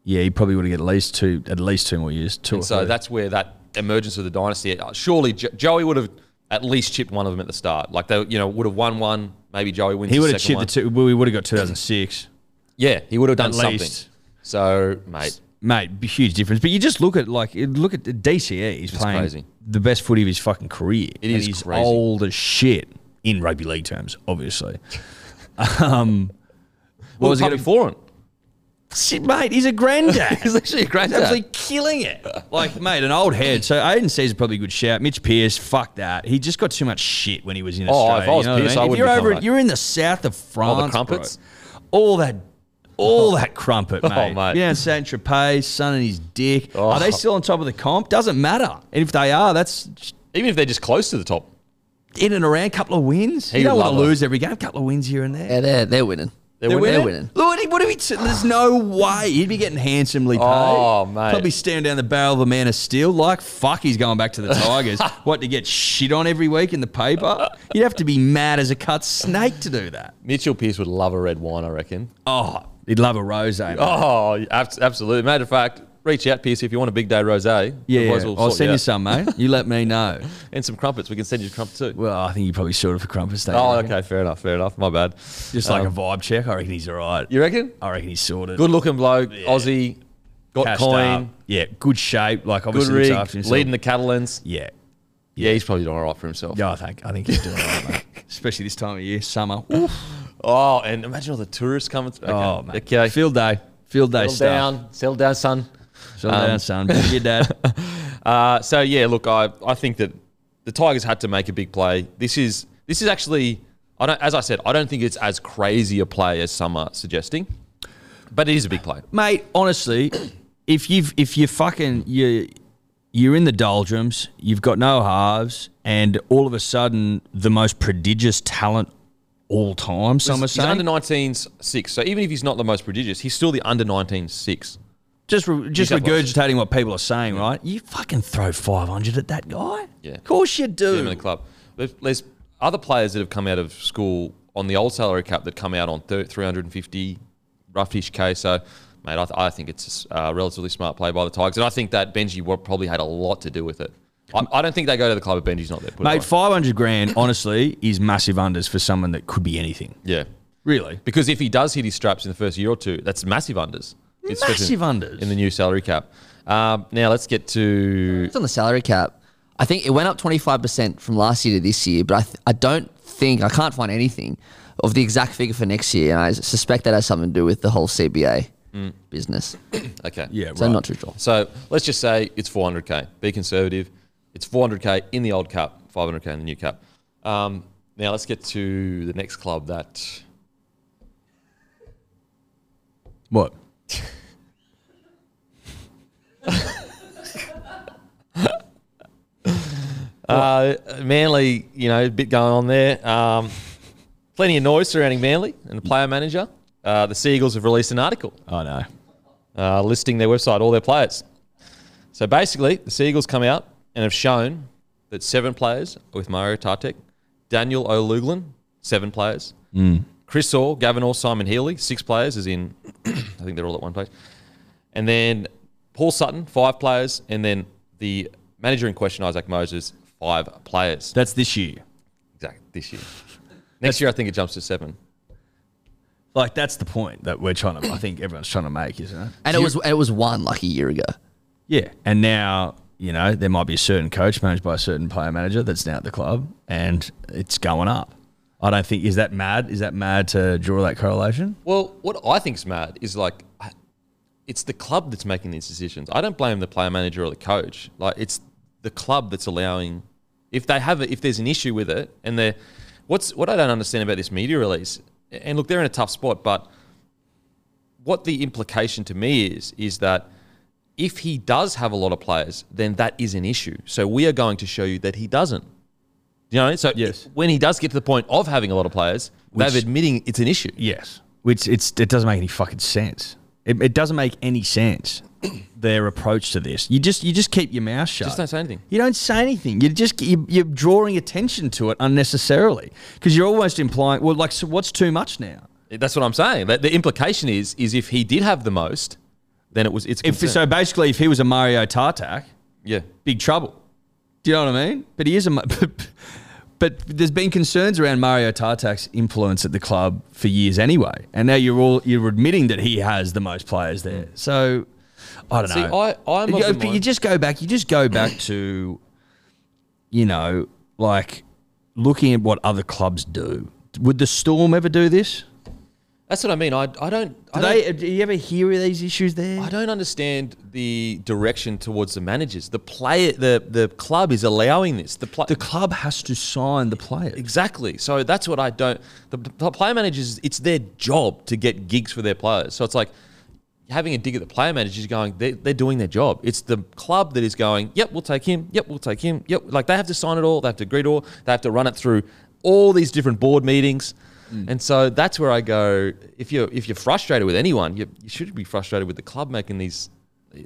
Yeah, he probably would have get at least two, at least two more years. Two or and so three. that's where that emergence of the dynasty uh, surely jo- joey would have at least chipped one of them at the start like they you know would have won one maybe joey wins he the would have second chipped one. the two. We would have got 2006. yeah he would have done At something least. so mate Mate, b- huge difference. But you just look at like it- look at the DCE. He's playing crazy. the best footy of his fucking career. It and is he's crazy. old as shit in rugby league terms, obviously. what was was he he gonna- before him Shit, mate, he's a granddad. he's literally a great He's absolutely killing it. Like, mate, an old head. So Aiden Caesar's probably a good shout. Mitch Pearce, fuck that. He just got too much shit when he was in Oh, Australia. if I was you know what Pearce, mean? I If wouldn't you're have over, done that. you're in the south of France. bro. Oh, crumpets? Oh, All that all that crumpet, mate. mate. Oh. Yeah, Saint Tropez, son and his dick. Are they still on top of the comp? Doesn't matter. And if they are, that's even if they're just close to the top in and around. Couple of wins. He you don't would want to love it. lose every game. Couple of wins here and there. Yeah, they're, they're winning. They're They're winning? winning. Look, what do we? T- there's no way he'd be getting handsomely paid. Oh, mate. Probably stand down the barrel of a man of steel. Like fuck, he's going back to the Tigers. what to get shit on every week in the paper? You'd have to be mad as a cut snake to do that. mitchell pierce would love a red wine i reckon Oh, he'd love a rose. mate. oh abs- absolutely matter of fact reach out pierce if you want a big day rose yeah, yeah, yeah. I'll send you some, mate. You let me know. and some crumpets. We can send you crumpets too. Well, I think you probably sort of for Crumpus. don't you Oh, reckon? okay, Uh-huh. fair enough, fair enough. My bad. Just like a vibe check. I reckon he's all right. You reckon? I reckon he's sorted. Good looking bloke, Aussie, Got cashed coin. up. Yeah, good shape. Like Good obviously looks rig. after himself. Leading the Catalans. yeah. Yeah, he's probably doing all right for himself. Yeah, I think I think he's doing all right, mate. Especially this time of year, summer. Oof. Oh, and imagine all the tourists coming. Through. Okay. Oh, mate. Okay. Field day. Field day Settle stuff. down. Settle down, son. Settle down, son. Be your dad. Uh, so yeah, look, I I think that the Tigers had to make a big play. This is this is actually I don't as I said, I don't think it's as crazy a play as some are suggesting. But it is a big play. mate. Honestly, if you've if you fucking you you're in the doldrums, you've got no halves, and all of a sudden the most prodigious talent all time. Some are he's saying under 19 six. So even if he's not the most prodigious, he's still the under 19 six. just re- just South Wales. regurgitating what people are saying, right? You fucking throw five hundred at that guy. Yeah. of course you Put him in do. the club. There's, there's other players that have come out of school on the old salary cap that come out on thir- 350 roughish k. So, mate, I, th- I think it's a uh, relatively smart play by the Tigers, and I think that Benji wa- probably had a lot to do with it. I, I don't think they go to the club if Benji's not there. put it Mate, that five hundred grand honestly is massive unders for someone that could be anything. way. yeah, Really, because if he does hit his straps in the first year or two, that's massive unders. It's massive in, unders. in the new salary cap. Um, now let's get to It's on the salary cap. I think it went up 25% from last year to this year, but I, th- I don't think, I can't find anything of the exact figure for next year. And I suspect that has something to do with the whole CBA Mm. business. okay, yeah, So right. not too sure. So let's just say it's 400k. Be conservative. It's 400k in the old cup, 500k in the new cup. Um, now let's get to the next club that what? uh, Manly. You know, a bit going on there. Um, plenty of noise surrounding Manly and the player manager. Uh, the Seagulls have released an article I know. uh, listing their website, all their players. So basically, the Seagulls come out and have shown that seven players are with Mario Tartek, Daniel O'Luglin, seven players, Chris Orr, Gavin Orr, Simon Healy, six players, as in, I think they're all at one place, and then Paul Sutton, five players, and then the manager in question, Isaac Moses, five players. That's this year. Exactly, this year. Next year, I think it jumps to seven. Like that's the point that we're trying to. I think everyone's trying to make, isn't it? And it was and it was one like a year ago. Yeah. And now, you know, there might be a certain coach managed by a certain player manager that's now at the club and it's going up. I don't think is that mad? Is that mad to draw that correlation? Well, what I think's mad is like, I- it's the club that's making these decisions. I don't blame the player manager or the coach. Like, it's the club that's allowing. If they have, a, if there's an issue with it, and they're, what's what I don't understand about this media release. And look, they're in a tough spot, but what the implication to me is is that if he does have a lot of players, then that is an issue. So we are going to show you that he doesn't. You know, so Yes. when he does get to the point of having a lot of players, Which- they've admitting it's an issue. Yes. Which it's it doesn't make any fucking sense. It, it doesn't make any sense their approach to this. You just you just keep your mouth shut. Just don't say anything. You don't say anything. You just you, you're drawing attention to it unnecessarily because you're almost implying. Well, like, so what's too much now? That's what I'm saying. That the implication is is if he did have the most, then it was it's If concern. so, basically, if he was a Mario Tartak, yeah. big trouble. Do you know what I mean? But he is a. ma- But there's been concerns around Mario Tartak's influence at the club for years anyway, and now you're all you're admitting that he has the most players there. So Mm. I don't See, know. I I'm you, of the but you mind- just go back. You just go back to, you know, like looking at what other clubs do. Would the Storm ever do this? that's what I mean. I I don't I don't, Do they? Do you ever hear of these issues there? I don't understand the direction towards the managers. The player the the club is allowing this. The pla- The club has to sign the players. Exactly. So that's what I don't. The, the player managers, it's their job to get gigs for their players. So it's like having a dig at the player managers going, they, they're doing their job. It's the club that is going, yep, we'll take him. Yep, we'll take him. Yep. Like they have to sign it all. They have to agree to all. They have to run it through all these different board meetings. Mm. And so that's where I go. If you're if you're frustrated with anyone, you, you should be frustrated with the club making these uh,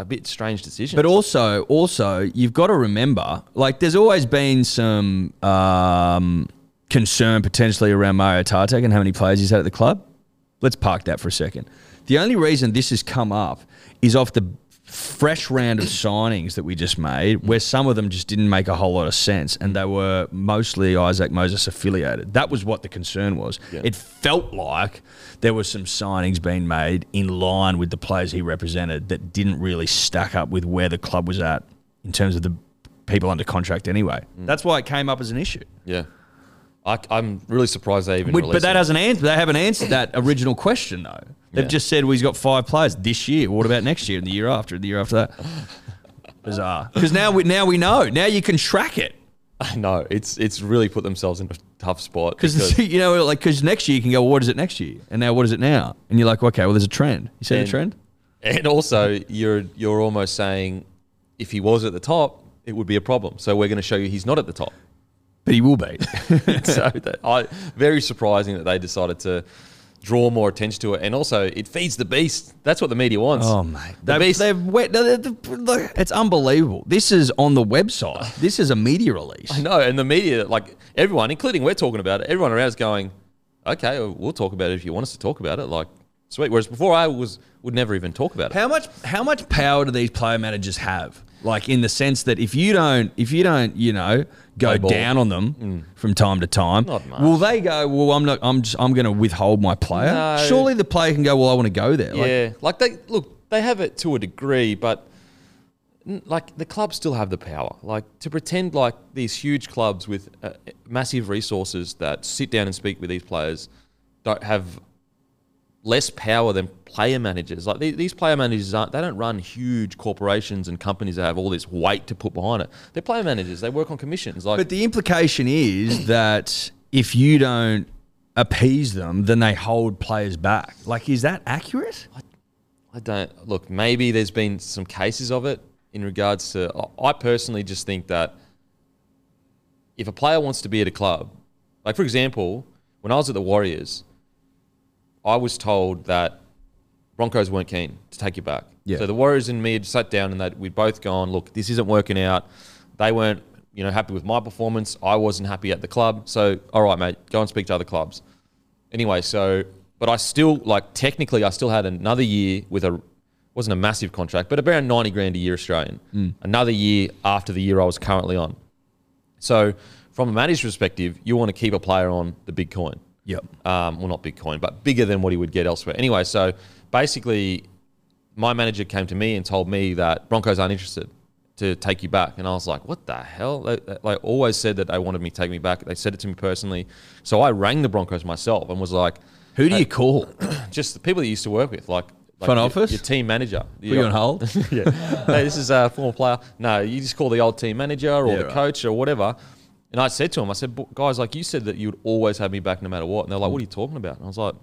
a bit strange decisions. But also, also, you've got to remember, like, there's always been some um, concern potentially around Mario Tartek and how many players he's had at the club. Let's park that for a second. The only reason this has come up is off the fresh round of signings that we just made, where some of them just didn't make a whole lot of sense, and they were mostly Isaac Moses affiliated. That was what the concern was. It felt like there were some signings being made in line with the players he represented that didn't really stack up with where the club was at in terms of the people under contract anyway. That's why it came up as an issue. Yeah. I, am really surprised they even Which- but released it. that hasn't answered. They haven't answered that original question though. They've Yeah. just said, "Well, he's got five players this year. What about next year and the year after and the year after that?" Bizarre. Because now we now we know. Now you can track it. I know. It's it's really put themselves in a tough spot. Because you know, like, because next year you can go, well, "What is it next year?" And now, what is it now? And you're like, "Okay, well, there's a trend. You see the And- trend?" And also, you're you're almost saying if he was at the top, it would be a problem. So we're going to show you he's not at the top. But he will be. so that, I very surprising that they decided to draw more attention to it. And also, it feeds the beast. That's what the media wants. Oh mate, the they've, beast. they've wet. they- they- look, it's unbelievable. This is on the website. This is a media release. I know, and the media, like everyone, including we're talking about it. Everyone around is going, okay, we'll talk about it if you want us to talk about it. Like sweet. Whereas before, I was would never even talk about it. How much how much power do these player managers have? Like in the sense that if you don't if you don't you know go Play ball. Mm. down on them from time to time, Not much. will they go? Well, I'm not. I'm just. I'm going to withhold my player. No. Surely the player can go. Well, I want to go there. Like, yeah, like they look, they have it to a degree, but n- like the clubs still have the power. Like to pretend like these huge clubs with uh, massive resources that sit down and speak with these players don't have less power than player managers. Like the- these player managers aren't they don't run huge corporations and companies that have all this weight to put behind it. They're player managers. They work on commissions. Like But the implication is that if you don't appease them, then they hold players back. Like, is that accurate? I don't look. Maybe there's been some cases of it in regards to. I- I personally just think that if a player wants to be at a club, like for example, when I was at the Warriors, I was told that Broncos weren't keen to take you back. Yeah. So the Warriors and me had sat down and that we'd both gone, look, this isn't working out. They weren't, you know, happy with my performance. I wasn't happy at the club. So all right, mate, go and speak to other clubs. Anyway, so but I still like technically I still had another year with a wasn't a massive contract, but around ninety grand a year Australian. Another year after the year I was currently on. So from a manager's perspective, you want to keep a player on the big coin Yep. um, well, not Bitcoin, but bigger than what he would get elsewhere. Anyway, so basically, my manager came to me and told me that Broncos aren't interested to take you back, and I was like, "What the hell?" They, they like, always said that they wanted me to take me back. They said it to me personally, so I rang the Broncos myself and was like, Who do you call? "Just the people that you used to work with, like." like Front your- office? your team manager. Put you on hold? yeah. Hey, this is a former player. No, you just call the old team manager or Yeah, the right. coach or whatever. And I said to him, I said, "But guys, like you said that you would always have me back no matter what. And they're like, what are you talking about? And I was like,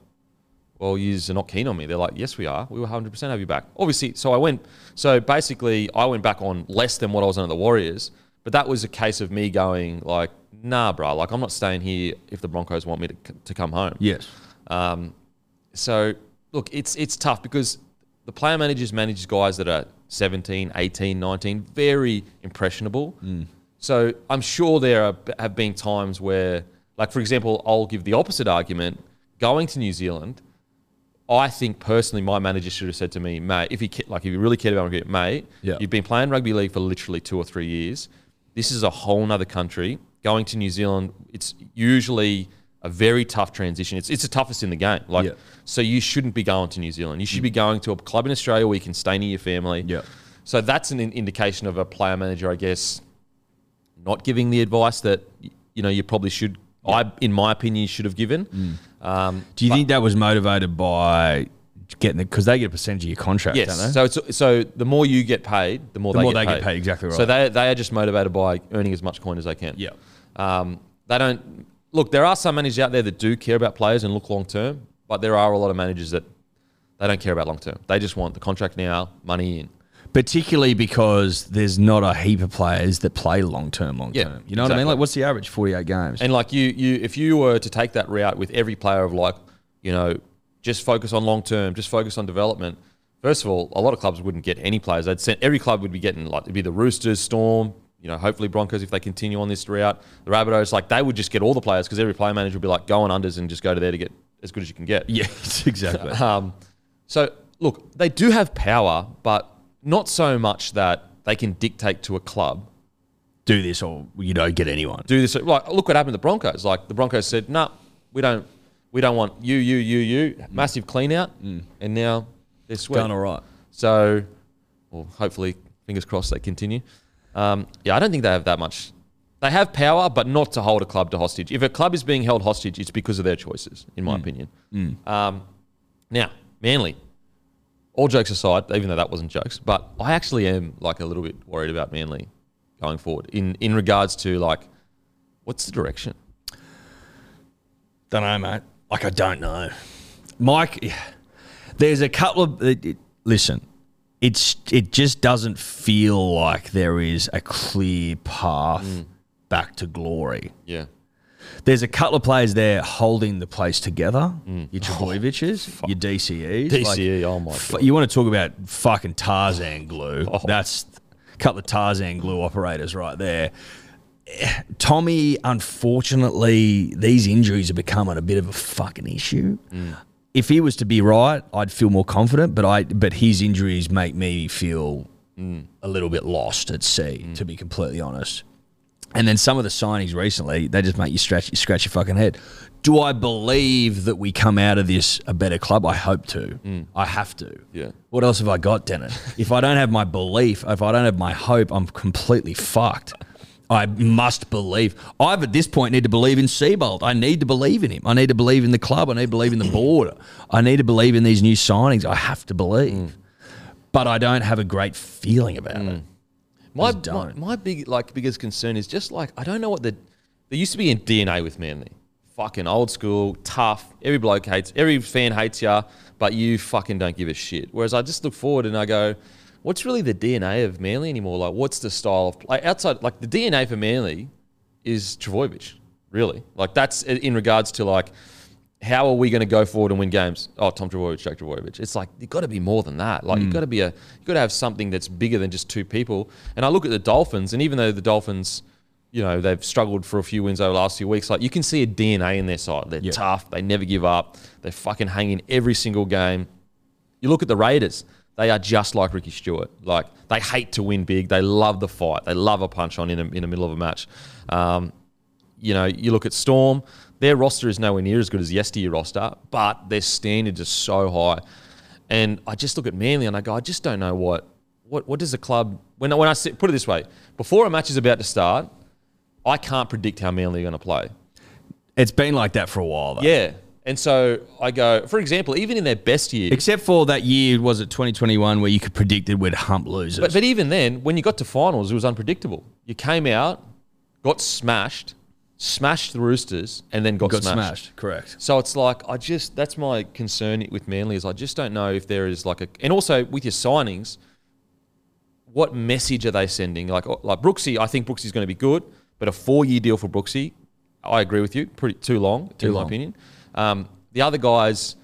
well, you're not keen on me. They're like, yes, we are. We will 100% have you back. Obviously, so I went, so basically I went back on less than what I was on at the Warriors. But that was a case of me going like, nah, bruh, like I'm not staying here if the Broncos want me to, c- to come home. yes. So look, it's it's tough because the player managers manage guys that are 17, 18, 19, very impressionable. So I'm sure there are, have been times where, like for example, I'll give the opposite argument. Going to New Zealand, I think personally, my manager should have said to me, mate, if you ca- like, if you really cared about cricket, mate, Yeah. you've been playing rugby league for literally two or three years. This is a whole nother country. Going to New Zealand, it's usually a very tough transition. It's it's the toughest in the game. Like, Yeah. Mm. so you shouldn't be going to New Zealand. You should be going to a club in Australia where you can stay near your family. Yeah. So that's an in- indication of a player manager, I guess, not giving the advice that y- you know you probably should. I, in my opinion, you should have given. Mm. Um, Do you think that was motivated by getting the because they get a percentage of your contract, Yes. don't they? So it's, so the more you get paid, the more, The they, more get, they paid. get paid, exactly So they they are just motivated by earning as much coin as they can. Yeah. Um, they don't look. There are some managers out there that do care about players and look long term, but there are a lot of managers that they don't care about long term. They just want the contract now, money in. particularly because there's not a heap of players that play long term, long Yeah, term. You know what I mean? exactly. Like, what's the average? Forty eight games. And like you, you, if you were to take that route with every player of like, you know, just focus on long term, just focus on development. First of all, a lot of clubs wouldn't get any players. They'd send every club would be getting like it'd be the Roosters, Storm, you know, hopefully Broncos if they continue on this route. The Rabbitohs, like they would just get all the players because every player manager would be like, go on unders and just go to there to get as good as you can get. Uh-huh. yes, exactly. Um, so look, they do have power, but not so much that they can dictate to a club do this or you don't get anyone. do this. Like, look what happened to the Broncos. Like, the Broncos said, "No, we don't, we don't want you, you, you, you." Massive clean out, and now they're sweating. Done all right. So, well, hopefully, fingers crossed, they continue. Um, yeah, I don't think they have that much. They have power, but not to hold a club to hostage. If a club is being held hostage, it's because of their choices, in my opinion. Um, now, Manly. All jokes aside, even though that wasn't jokes, but I actually am like a little bit worried about Manly going forward in in regards to like what's the direction? Don't know, mate. Like I don't know. Mike, there's a couple of it- it- listen. It's it just doesn't feel like there is a clear path back to glory. Yeah. There's a couple of players there holding the place together. Mm. Your Oh, Trebojeviches, your DCEs. DCE, oh my f- God. Oh. You want to talk about fucking Tarzan glue. That's a couple of Tarzan glue operators right there. Eh, Tommy, unfortunately, these injuries are becoming a bit of a fucking issue. Mm. If he was to be right, I'd feel more confident, but I but his injuries make me feel Mm. a little bit lost at sea, to be completely honest. And then some of the signings recently, they just make you scratch, scratch your fucking head. Do I believe that we come out of this a better club? I hope to. I have to. Yeah. What else have I got, Dennis? if I don't have my belief, if I don't have my hope, I'm completely fucked. I must believe. I've at this point need to believe in Seabolt. I need to believe in him. I need to believe in the club. I need to believe in the board. I need to believe in these new signings. I have to believe. But I don't have a great feeling about it. My, Just my don't. my big like biggest concern is just like I don't know what the there used to be in DNA with Manly. Fucking old school, tough. Every bloke hates, every fan hates ya, but you fucking don't give a shit. Whereas I just look forward and I go, what's really the DNA of Manly anymore? Like, what's the style of play outside? Like the DNA for Manly is Travojevic, really. Like that's i- in regards to like how are we going to go forward and win games? Oh, Tom Travojevic, Jack Travojevic. It's like you've got to be more than that. Like you've got to be a you've got to have something that's bigger than just two people. And I look at the Dolphins, and even though the Dolphins, you know, they've struggled for a few wins over the last few weeks, like you can see a DNA in their side. They're tough. They never give up. They fucking hang in every single game. You look at the Raiders. They are just like Ricky Stewart. Like they hate to win big. They love the fight. They love a punch on in, a, in the middle of a match. Um, you know, you look at Storm, their roster is nowhere near as good as yesteryear roster, but their standards are so high. And I just look at Manly and I go, I just don't know what, what, what does the club, when, I- when I sit, put it this way, before a match is about to start, I can't predict how Manly are going to play. It's been like that for a while, though. Yeah. And so I go, for example, even in their best year, Except for that year, was it 2021, where you could predict it would hump losers? But, but even then, when you got to finals, it was unpredictable. You came out, got smashed, smashed the Roosters, and then got, got smashed. smashed. Correct. So it's like I just that's my concern with Manly is I just don't know if there is like a and also with your signings, what message are they sending? Like oh, like Brooksy, I think Brooksy's going to be good, but a four year deal for Brooksy, I agree with you, pretty too long, in my long. opinion. Um, the other guys,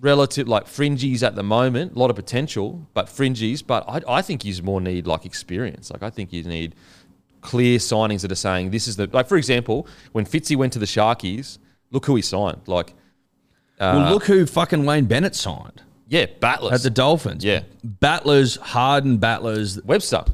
relative like fringies at the moment, a lot of potential, but fringies. But I, I think you more need like experience. Like I think you need clear signings that are saying this is the like for example when Fitzy went to the Sharkies, look who he signed. Like Uh, well, look who fucking Wayne Bennett signed yeah, Batless at the Dolphins. Yeah. Battlers, hardened battlers. Webster, Um,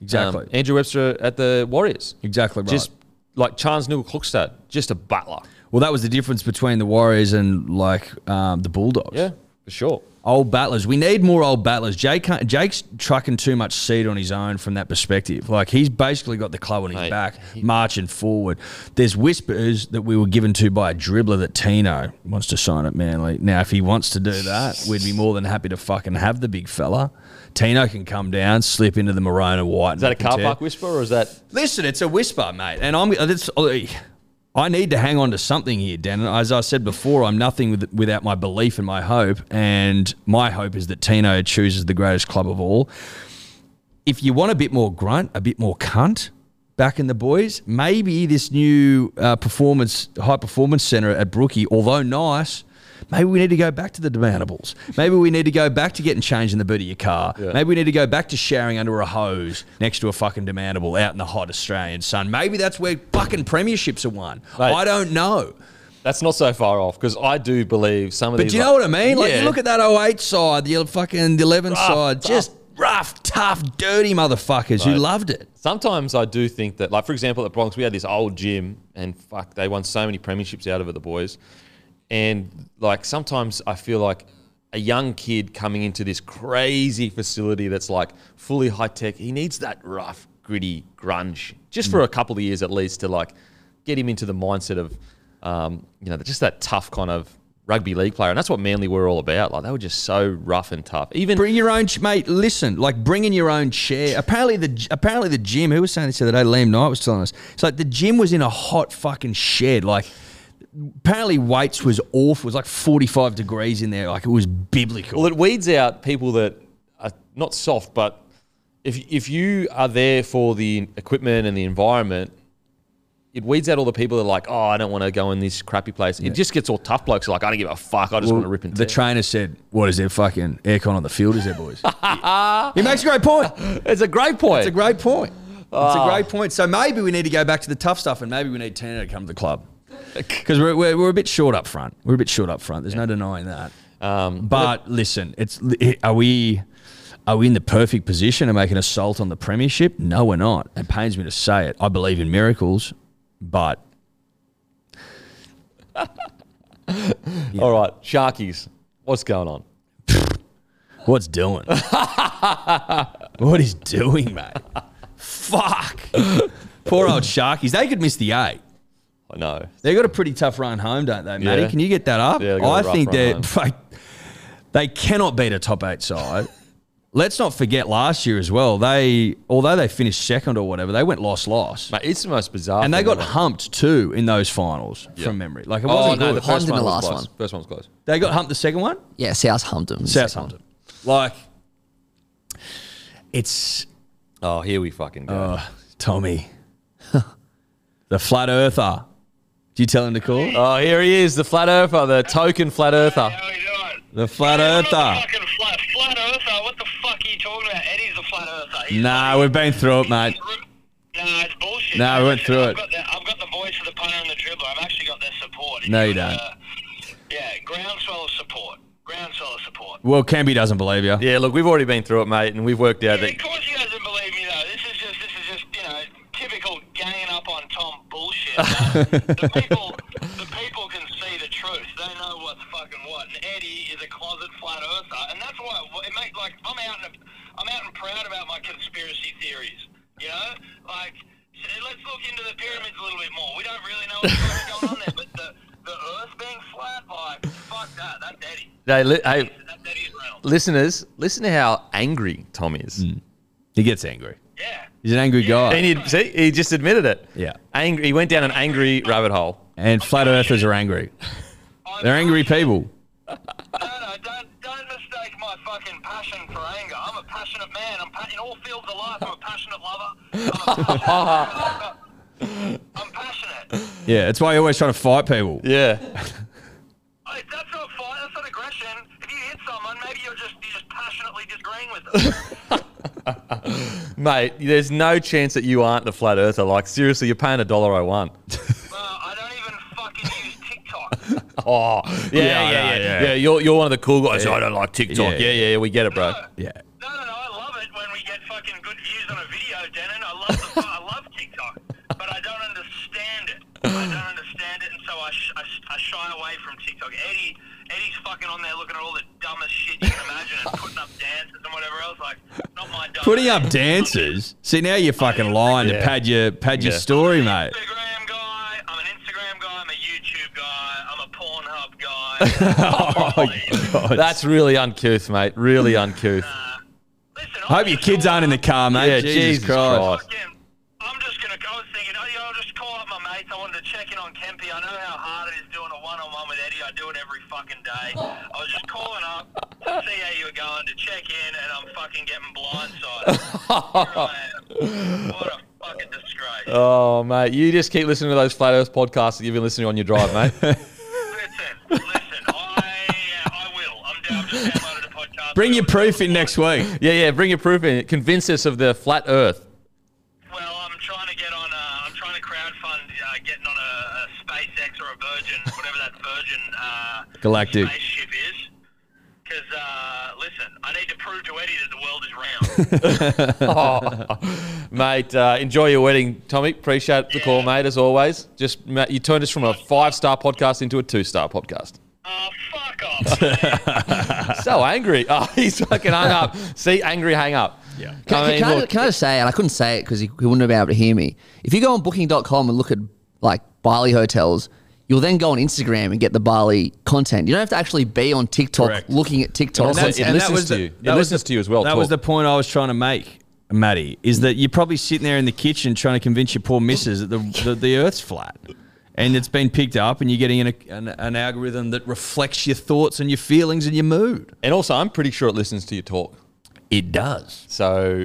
Exactly. Andrew Webster at the Warriors, exactly right. Um, just like Charles Newell Klukstad, just a butler. well, that was the difference between the Warriors and like um, the Bulldogs. Yeah, for sure. Old battlers. We need more old battlers. Jake can't, Jake's trucking too much seed on his own from that perspective. Like he's basically got the club on his Mate, back, marching forward. There's whispers that we were given to by a dribbler that Tino wants to sign at Manly. Now, if he wants to do that, we'd be more than happy to fucking have the big fella. Tino can come down, slip into the maroon and white. Is that a car park whisper or is that Listen, it's a whisper, mate, and I'm. That's, I need to hang on to something here, Dan. And As I said before, I'm nothing with, without my belief and my hope, and my hope is that Tino chooses the greatest club of all. If you want a bit more grunt, a bit more cunt, back in the boys, maybe this new uh, performance high performance center at Brookie, although nice. Maybe we need to go back to the demandables. Maybe we need to go back to getting changed in the boot of your car. Maybe we need to go back to showering under a hose next to a fucking demandable out in the hot Australian sun. Maybe that's where fucking premierships are won. Mate. I don't know. that's not so far off because I do believe some of But these. do you know what I mean? Like, you look at that 08 side, oh the fucking the 11 Rough, side, tough. just rough. tough, tough, dirty motherfuckers who Right. loved it. Sometimes I do think that, like for example, at Bronx, we had this old gym, and fuck, they won so many premierships out of it, the boys. And like sometimes I feel like a young kid coming into this crazy facility that's like fully high tech, he needs that rough, gritty grunge just for a couple of years at least to like get him into the mindset of, um, you know, just that tough kind of rugby league player. And that's what Manly were all about. Like they were just so rough and tough. Even Bring your own, ch- mate. Listen, like bringing your own chair. Apparently the apparently the gym. Who was saying this the other day? Liam Knight was telling us. It's like the gym was in a hot fucking shed. Like apparently weights was awful. It was like forty five degrees in there. Like it was biblical. Well, it weeds out people that are not soft, but if if you are there for the equipment and the environment, it weeds out all the people that are like, oh, I don't want to go in this crappy place. It just gets all tough blokes like, I don't give a fuck. I just want to rip and the tear. trainer said, "What is there fucking aircon on the field? Is there, boys?" he makes a great point. it's a great point. It's a great point. It's a great point. So maybe we need to go back to the tough stuff, and maybe we need Tino to come to the club because we're, we're, we're a bit short up front. We're a bit short up front. There's no denying that. Um, but listen, it's are we are we in the perfect position to make an assault on the premiership? No, we're not. It pains me to say it. I believe in miracles, but All right, Sharkies, what's going on? what's doing? what is doing, mate? Fuck. Poor old Sharkies. They could miss the eight. I know. They got a pretty tough run home, don't they, Matty? Yeah. Can you get that up? Yeah, they got a I rough think run they're home. like, they cannot beat a top eight side. Let's not forget last year as well. They although they finished second or whatever, they went loss loss. Mate, it's the most bizarre. And they thing got ever. humped too in those finals Yeah. from memory. Like it Oh, wasn't no, good. the first Humped in one the was last close. one. First one was close. They got humped the second one? Yeah, South Humpton. Southampton. Like it's Oh, here we fucking go. uh, Tommy. the flat earther. Do you tell him to call? oh, here he is, the flat earther, the token flat earther. How you doing? The flat I'm not earther. Fucking flat, flat earther. What the fuck are you talking about? Eddie's a flat earther. He's Nah, we've been through it, mate. Nah, it's bullshit. Nah, we went through I've it. Got the, I've got the voice of the punter and the dribbler. I've actually got their support. No, you It's, don't. uh, yeah, groundswell of support. Groundswell of support. Well, Camby doesn't believe you. Yeah, look, we've already been through it, mate, and we've worked out Yeah, that of course he doesn't believe me though. This is just this is just you know typical ganging up on Tom bullshit. the people the people can see the truth. They know what's fucking what. And Eddie is a closet flat earther, and that's why it makes like I'm out and I'm out and proud about my conspiracy theories. You know, like so let's look into the pyramids a little bit more. We don't really know what's going on there, but the the Earth being flat, like fuck that. That's Eddie. they li- hey, That's Eddie's realm. listeners, listen to how angry Tom is. He gets angry. Yeah. He's an angry guy. And he see, he just admitted it. Yeah. Angry, he went down an angry rabbit hole. And flat earthers are angry. I'm They're angry people. No, no, don't, don't mistake my fucking passion for anger. I'm a passionate man. I'm pa- in all fields of life. I'm a passionate lover. I'm, a passionate, I'm passionate. Yeah, that's why you always try to fight people. Yeah. Hey, that's not fight. That's not aggression. If you hit someone, maybe you're just you're just passionately disagreeing with them. Mate, there's no chance that you aren't the flat earther. Like, seriously, you're paying a dollar oh one. well, I don't even fucking use TikTok. Oh, yeah, yeah, Yeah, yeah, I know, yeah. yeah. you're, you're one of the cool guys. I don't like TikTok. Yeah Yeah, yeah, yeah. yeah, we get it, bro. Yeah. No, no, no. I love it when we get fucking good views on a video, Denon. I love the, I love TikTok, but I don't understand it. I don't understand it, and so I, sh- I, sh- I shy away from TikTok. Eddie, Eddie's fucking on there looking at all the dumbest shit you can imagine and putting up dances and whatever else. Like, not my dumb. Putting up dances. See now you're fucking lying Yeah. to pad your pad your Yeah. story, mate. Instagram guy. I'm an Instagram guy. I'm a YouTube guy. I'm a Pornhub Oh guy. god. That's really uncouth, mate. Really uncouth. Listen, Hope your kids aren't in the car, mate. Yeah, Jesus, Jesus Christ. Christ. Fucking- I'm just gonna. I was thinking, oh, yeah, I'll just call up my mates. I wanted to check in on Kempy. I know how hard it is doing a one-on-one with Eddie. I do it every fucking day. I was just calling up to see how you were going, to check in, and I'm fucking getting blindsided. Here I am. what a fucking disgrace. Oh, mate, you just keep listening to those flat earth podcasts that you've been listening to on your drive, mate. Listen, listen. I, I will. I'm down. I've just downloaded a podcast. Bring your proof in next week. yeah, yeah, bring your proof in. Convince us of the flat earth. Well, I'm trying to get on. Uh, I'm trying to crowdfund uh, getting on a, a SpaceX or a Virgin, whatever that Virgin uh, Galactic. spaceship is. Because uh, listen, I need to prove to Eddie that the world is round. Mate, uh, enjoy your wedding, Tommy. Appreciate the call, mate, as always. Just ma- you turned us from a five star podcast into a two star podcast. Oh, fuck off. man. So angry. Oh, he's fucking hung up. See, angry hang up. Yeah. Can, I can- mean, can I, look, can I just say, and I couldn't say it because he, he wouldn't have been able to hear me. If you go on booking.com and look at like Bali hotels, you'll then go on Instagram and get the Bali content. You don't have to actually be on TikTok Correct. looking at TikTok. And that's- content. it listens to you. It listens to you as well, That was talk. the point I was trying to make, Maddie, is that you're probably sitting there in the kitchen trying to convince your poor missus that the, the, the earth's flat. And it's been picked up, and you're getting an, an, an algorithm that reflects your thoughts and your feelings and your mood. and also, I'm pretty sure it listens to your talk. It does. So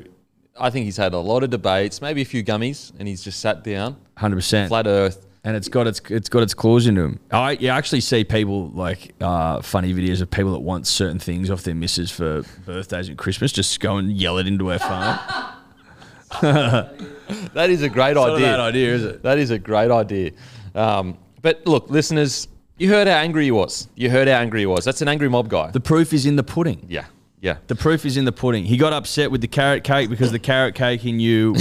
I think he's had a lot of debates, maybe a few gummies, and he's just sat down. 100%. Flat Earth. and it's got its it's got its claws into them. I you actually see people like uh, funny videos of people that want certain things off their missus for birthdays and Christmas, just go and yell it into her phone. That is a great not a idea. bad idea, is it? That is a great idea. Um, but look, listeners, you heard how angry he was. You heard how angry he was. That's an angry mob guy. The proof is in the pudding. yeah, yeah. The proof is in the pudding. He got upset with the carrot cake because the carrot cake he knew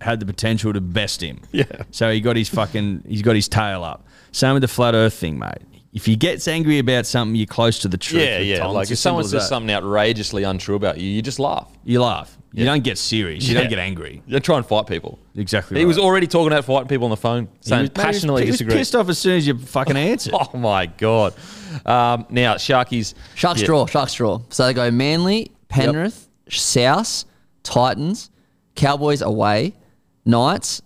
had the potential to best him. Yeah. So he got his fucking he's got his tail up. Same with the flat Earth thing, mate. If he gets angry about something, you're close to the truth. yeah, with yeah. Tom. Like It's if as simple someone as says that. something outrageously untrue about you, you just laugh. you laugh. You don't get serious. You Yeah. don't get angry. You try and fight people. Exactly. He was right. already talking about fighting people on the phone, saying mate, passionately he was disagree. pissed off as soon as you fucking answered. Oh my god! Um, now Sharky's Shark's yeah. draw, Shark's draw. So they go Manly, Penrith, South, Titans, Cowboys away, Knights,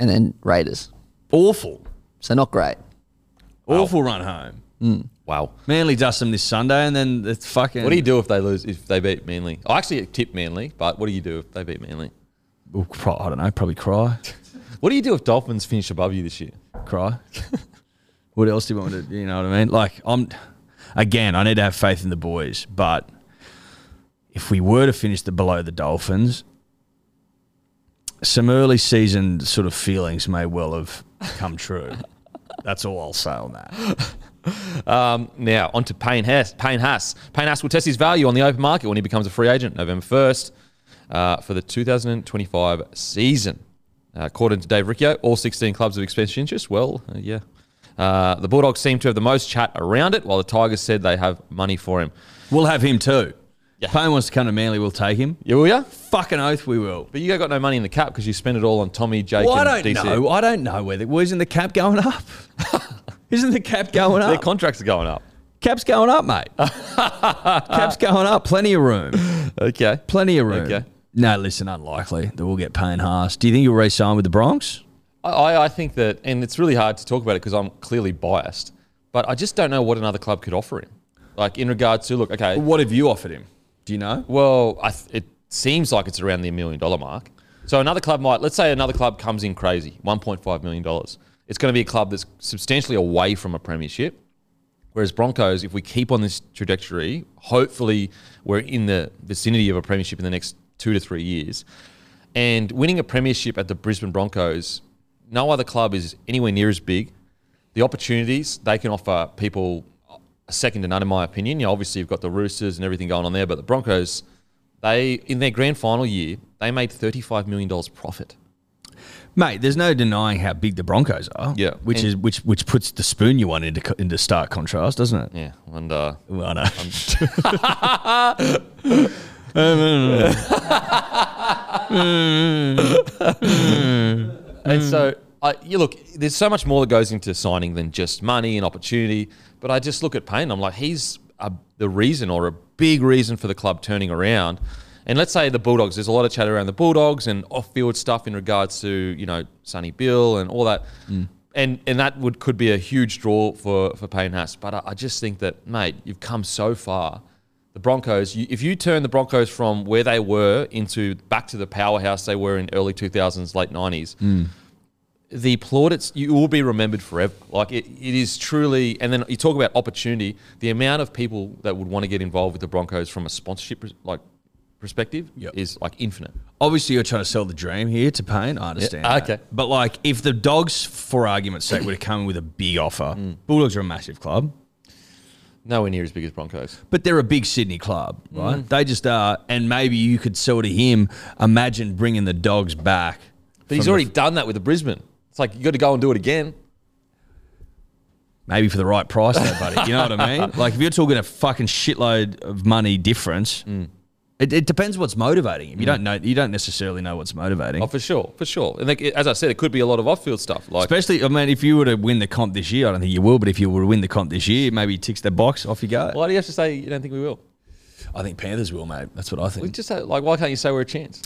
and then Raiders. Awful. So not great. Awful run home. Wow. Manly dust them this Sunday, and then it's fucking. What do you do if they lose? If they beat Manly, I actually tipped Manly, but what do you do if they beat Manly? We'll pro- I don't know. Probably cry. What do you do if Dolphins finish above you this year? cry. what else do you want me to? You know what I mean? Like I'm. Again, I need to have faith in the boys, but if we were to finish the below the Dolphins, some early season sort of feelings may well have come true. That's all I'll say on that. Now on to Payne Haas. Payne Haas. Payne Haas will test his value on the open market when he becomes a free agent November first uh, for the 2025 season. Uh, according to Dave Riccio, all 16 clubs have expressed interest. Well, uh, yeah. Uh, the Bulldogs seem to have the most chat around it, while the Tigers said they have money for him. We'll have him too. Yeah. Payne wants to come to Manly, we'll take him. Yeah, will ya? Fucking oath we will. But you got no money in the cap because you spent it all on Tommy, Jake, Well, I and don't DC. know. I don't know whether well, isn't the cap going up? isn't the cap going Their up? contracts are going up. Cap's going up, mate. Cap's going up. Plenty of room. Okay. Plenty of room. Okay. No, listen, unlikely that we'll get Payne Haas. Do you think he'll re-sign with the Bronx? I, I, I think that, and it's really hard to talk about it because I'm clearly biased, but I just don't know what another club could offer him. Like in regards to, look, okay, What have you offered him? Do you know? well, I th- it seems like it's around the million dollar mark. So another club might, let's say another club comes in crazy, $1.5 million. It's going to be a club that's substantially away from a premiership. Whereas Broncos, if we keep on this trajectory, hopefully we're in the vicinity of a premiership in the next two to three years. And winning a premiership at the Brisbane Broncos, no other club is anywhere near as big. The opportunities they can offer people are second to none, in my opinion. You know, obviously, you've got the Roosters and everything going on there, but the Broncos, they in their grand final year, they made thirty-five million dollars profit. Mate, there's no denying how big the Broncos are. Yeah. Which And- is which which puts the spoon you want into co- into stark contrast, doesn't it? Yeah, and uh, Well, I know. And so, I, you look, there's so much more that goes into signing than just money and opportunity. But I just look at Payne, I'm like, he's a, the reason or a big reason for the club turning around. And let's say the Bulldogs, there's a lot of chat around the Bulldogs and off field stuff in regards to, you know, Sonny Bill and all that. And, and that would could be a huge draw for, for Payne Haas. But I, I just think that, mate, you've come so far. The Broncos, you, if you turn the Broncos from where they were into back to the powerhouse they were in early 2000s, late 90s, the plaudits you will be remembered forever. Like it, it is truly, and then you talk about opportunity. The amount of people that would want to get involved with the Broncos from a sponsorship pers- like perspective Yep. is like infinite. Obviously, you're trying to sell the dream here to Payne. I understand. Yeah, that. okay. But like, if the Mm. Dogs, for argument's sake, were to come with a big offer, Bulldogs are a massive club. Nowhere near as big as Broncos. But they're a big Sydney club, right? They just are. And maybe you could sell to him, imagine bringing the dogs back. But he's from the- already done that with the Brisbane. It's like you got to go and do it again. maybe for the right price, though, buddy. You know what I mean? Like, if you're talking a fucking shitload of money difference, it, it depends what's motivating him. You don't know. You don't necessarily know what's motivating. Oh, for sure, for sure. And like, it- as I said, it could be a lot of off-field stuff. Like, Especially, I mean, if you were to win the comp this year, I don't think you will. But if you were to win the comp this year, maybe he ticks the box. Off you go. why do you have to say you don't think we will? I think Panthers will, mate. That's what I We think. just had- like, why can't you say we're a chance?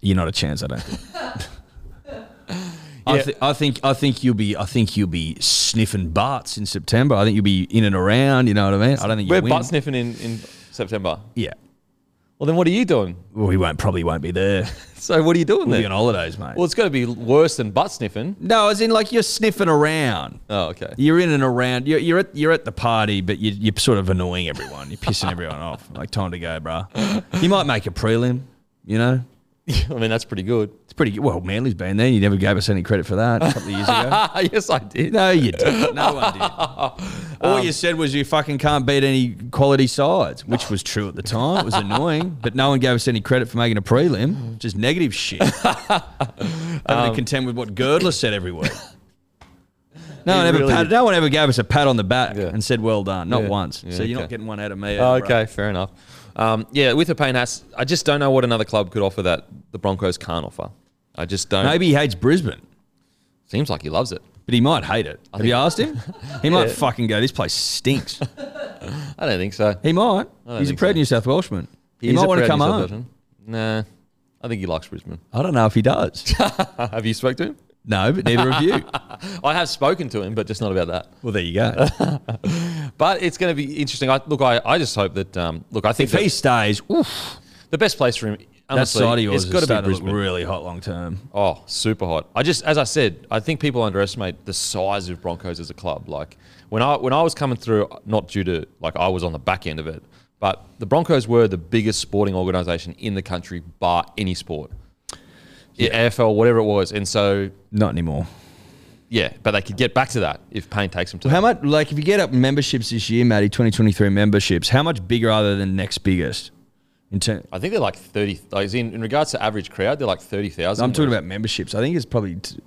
You're not a chance. I don't. think. I, Yeah. th- I think I think you'll be I think you'll be sniffing butts in September. I think you'll be in and around. You know what I mean? I don't think We're you'll win. butt sniffing in, in September. yeah. Well, then what are you doing? Well, we won't probably won't be there. So what are you doing We'll then? be on holidays, mate. well, it's got to be worse than butt sniffing. No, as in like you're sniffing around. Oh, okay. You're in and around. You're, you're at you're at the party, but you, you're sort of annoying everyone. You're pissing everyone off. Like time to go, bruh. You might make a prelim. You know, I mean, that's pretty good. it's pretty good. Well, Manly's been there. You never gave us any credit for that a couple of years ago. Ah, yes, I did. No, you didn't. No one did. All Um, you said was you fucking can't beat any quality sides, which was true at the time. It was annoying, but no one gave us any credit for making a prelim. Just negative shit. Having Um, to contend with what Girdler said every week. No one, ever really pat, did. no one ever gave us a pat on the back Yeah. and said, well done. Not Yeah. once. Yeah, so you're okay. not getting one out of me. Oh, either, bro. okay, fair enough. Um, yeah, with the pain ass, I just don't know what another club could offer that the Broncos can't offer. I just don't. Maybe he hates Brisbane, Seems like he loves it. but he might hate it. Have you asked him? He might Yeah. fucking go, this place stinks. I don't think so. he might. don't He's a think proud so. New South Welshman. He, is might a want to proud come New South home. Welshman. Nah, I think he likes Brisbane. I don't know if he does. Uh, Have you spoke to him? no, but neither of you. I have spoken to him, but just not about that. Well, there you go. But it's going to be interesting. I, look, I, I just hope that. Um, look, I think if he that stays, oof, the best place for him. that Honestly, side of yours it's has got to started be to look Brisbane. really hot long term. Oh, super hot. I just, as I said, I think people underestimate the size of Broncos as a club. Like when I when I was coming through, not due to like I was on the back end of it, but the Broncos were the biggest sporting organisation in the country, bar any sport, yeah. AFL, whatever it was. And so, Not anymore. yeah, but they could get back to that if Payne takes them to. How much? Like, if you get up memberships this year, Matty, twenty twenty three memberships, how much bigger are they than next biggest? In term, I think they're like thirty. Like, as in, in regards to average crowd, they're like thirty thousand. I'm talking about memberships. I think it's probably t-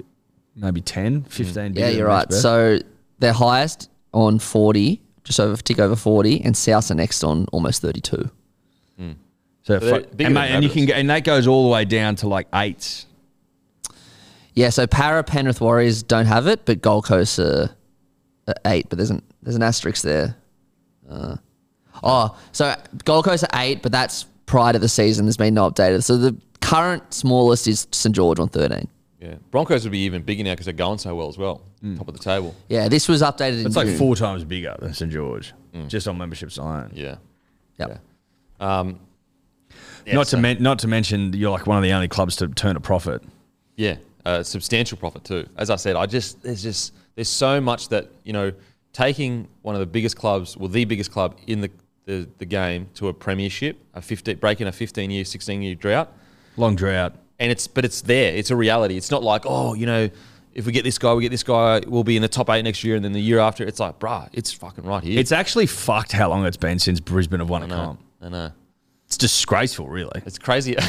maybe 10, 15 bigger Yeah, than you're next right. best. So they're highest on 40, just over tick over 40, and South are next on almost 32. so, they're fu- bigger and, than mate, and you can average. go, and that goes all the way down to like eights. Yeah, so Para Penrith Warriors don't have it, but Gold Coast are, are eight. But there's an there's an asterisk there. Uh, oh, so Gold Coast are eight, but that's prior to the season. There's been no updated. So the current smallest is St George on 13. Yeah, Broncos would be even bigger now because they're going so well as well, Mm. top of the table. Yeah, this was updated. in It's like Mm. June. four times bigger than St George, just on memberships alone. Yeah. Yep. Yeah, not so- to men- not to mention you're like one of the only clubs to turn a profit. Yeah, uh, substantial profit too. As I said, I just there's just there's so much that you know taking one of the biggest clubs, well, the biggest club in the the, the game to a premiership, a 15, breaking a 15 year, 16 year drought, Long drought. and it's but it's there, it's a reality. It's not like oh, you know, if we get this guy, we get this guy, we'll be in the top eight next year, and then the year after, it's like bruh, it's fucking right here. It's actually fucked how long it's been since Brisbane have won a I know, comp. I know. It's disgraceful, really. It's crazy.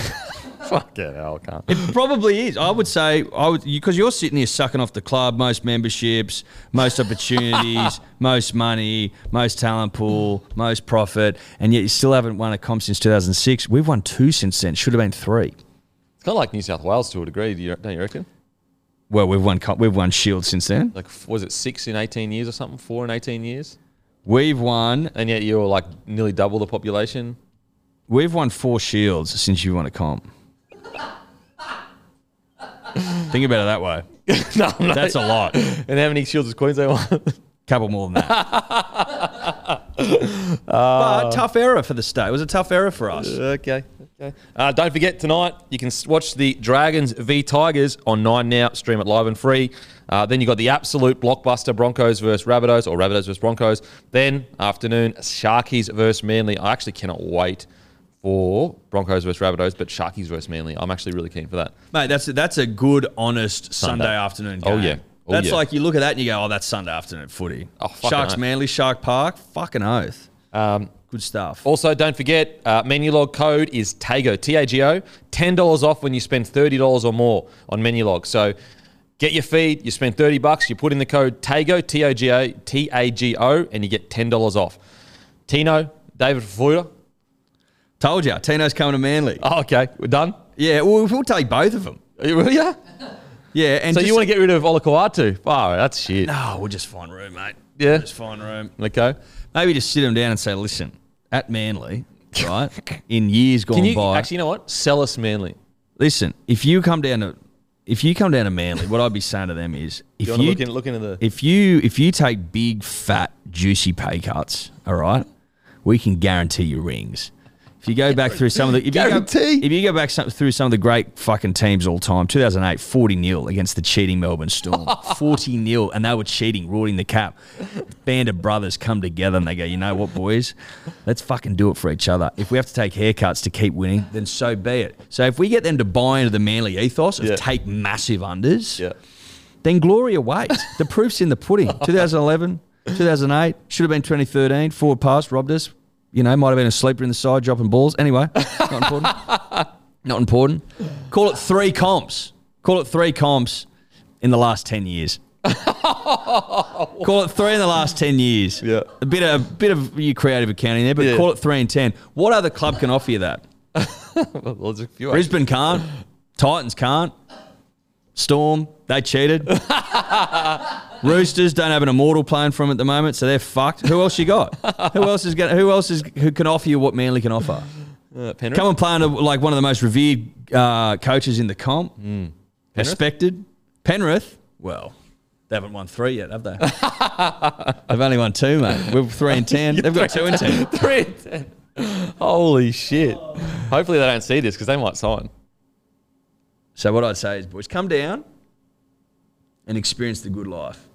Fuck it, hell, I can't. It probably is. I would say I would because you're sitting here sucking off the club, most memberships, most opportunities, most money, most talent pool, most profit, and yet you still haven't won a comp since 2006. We've won two since then. Should have been three. It's kind of like New South Wales to a degree, do you, don't you reckon? Well, we've won comp, we've won Shield since then. Like, f- was it six in 18 years or something? Four in 18 years? We've won and yet you're like nearly double the population. we've won four Shields since you won a comp. Think about it that way. no, I'm not. That's a lot. A And how many shields does Queensland won? couple more than that. Uh, but tough era for the state. It was a tough era for us. okay, okay. Uh, don't forget tonight you can s- watch the Dragons v Tigers on Nine now. Stream it live and free. Uh, then you got the absolute blockbuster Broncos versus Rabbitohs or Rabbitohs versus Broncos. Then afternoon Sharkies versus Manly. I actually cannot wait for Broncos versus Rabbitohs, but Sharkies versus Manly. I'm actually really keen for that. Mate, that's a, that's a good, honest Sunday, Sunday. afternoon game. Oh yeah, That's yeah. like you look at that and you go, oh, that's Sunday afternoon footy. Oh, fucking Sharks oath. Manly Shark Park, fucking oath. Um, Good stuff. Also, don't forget, uh, menu log code is TAGO, T A G O, $10 off when you spend $30 or more on menu log. So get your feed, you spend 30 bucks, you put in the code TAGO, T O G O, T A G O, and you get $10 off. Tino, David Fuller. Told you, Tino's coming to Manly. Oh, okay, we're done. Yeah, well, we'll take both of them. Will ya? Yeah, and So just- you want to get rid of Olakawatu? Oh, that's shit. No, we'll just find room, mate. Yeah. We'll just find room. Okay. Maybe just sit them down and say, listen, at Manly, right? in years gone Can you by. actually, you know what? Sell us Manly. listen, if you come down to if you come down to Manly, what I'd be saying to them is if You want you, to look, in, look into the. if you if you take big fat juicy pay cuts, all right, we can guarantee you rings. If you go back through some of the if you Guarantee. go, if you go back some, through some of the great fucking teams all time, 2008 40 0 against the cheating Melbourne Storm, 40 0 and they were cheating, rorting the cap. Band of brothers come together and they go, you know what, boys, let's fucking do it for each other. If we have to take haircuts to keep winning, then so be it. So if we get them to buy into the manly ethos of Yeah. take massive unders, Yeah. then glory awaits. The proof's in the pudding. 2011, 2008, should have oh been 2013. Forward pass, robbed us. You know, might have been a sleeper in the side, dropping balls. Anyway, not important. not important. Call it three comps. Call it three comps in the last 10 years. call it three in the last 10 years. Yeah. A bit of, a bit of your creative accounting there, but Yeah. call it three and 10. What other club can offer you that? Well, there's a few. Brisbane can't. Titans can't. Storm, they cheated. Roosters don't have an immortal playing from at the moment, so they're fucked. Who else you got? Who else is going? Who else is who can offer you what Manly can offer? Uh, Penrith. Come and play under like one of the most revered uh, coaches in the comp, respected. Penrith, well, they haven't won three yet, have they? They've only won two, mate. We're three and ten. They've got two and ten. Three and ten. Holy shit. Hopefully they don't see this because they might sign. So what I'd say is, boys, come down and experience the good life,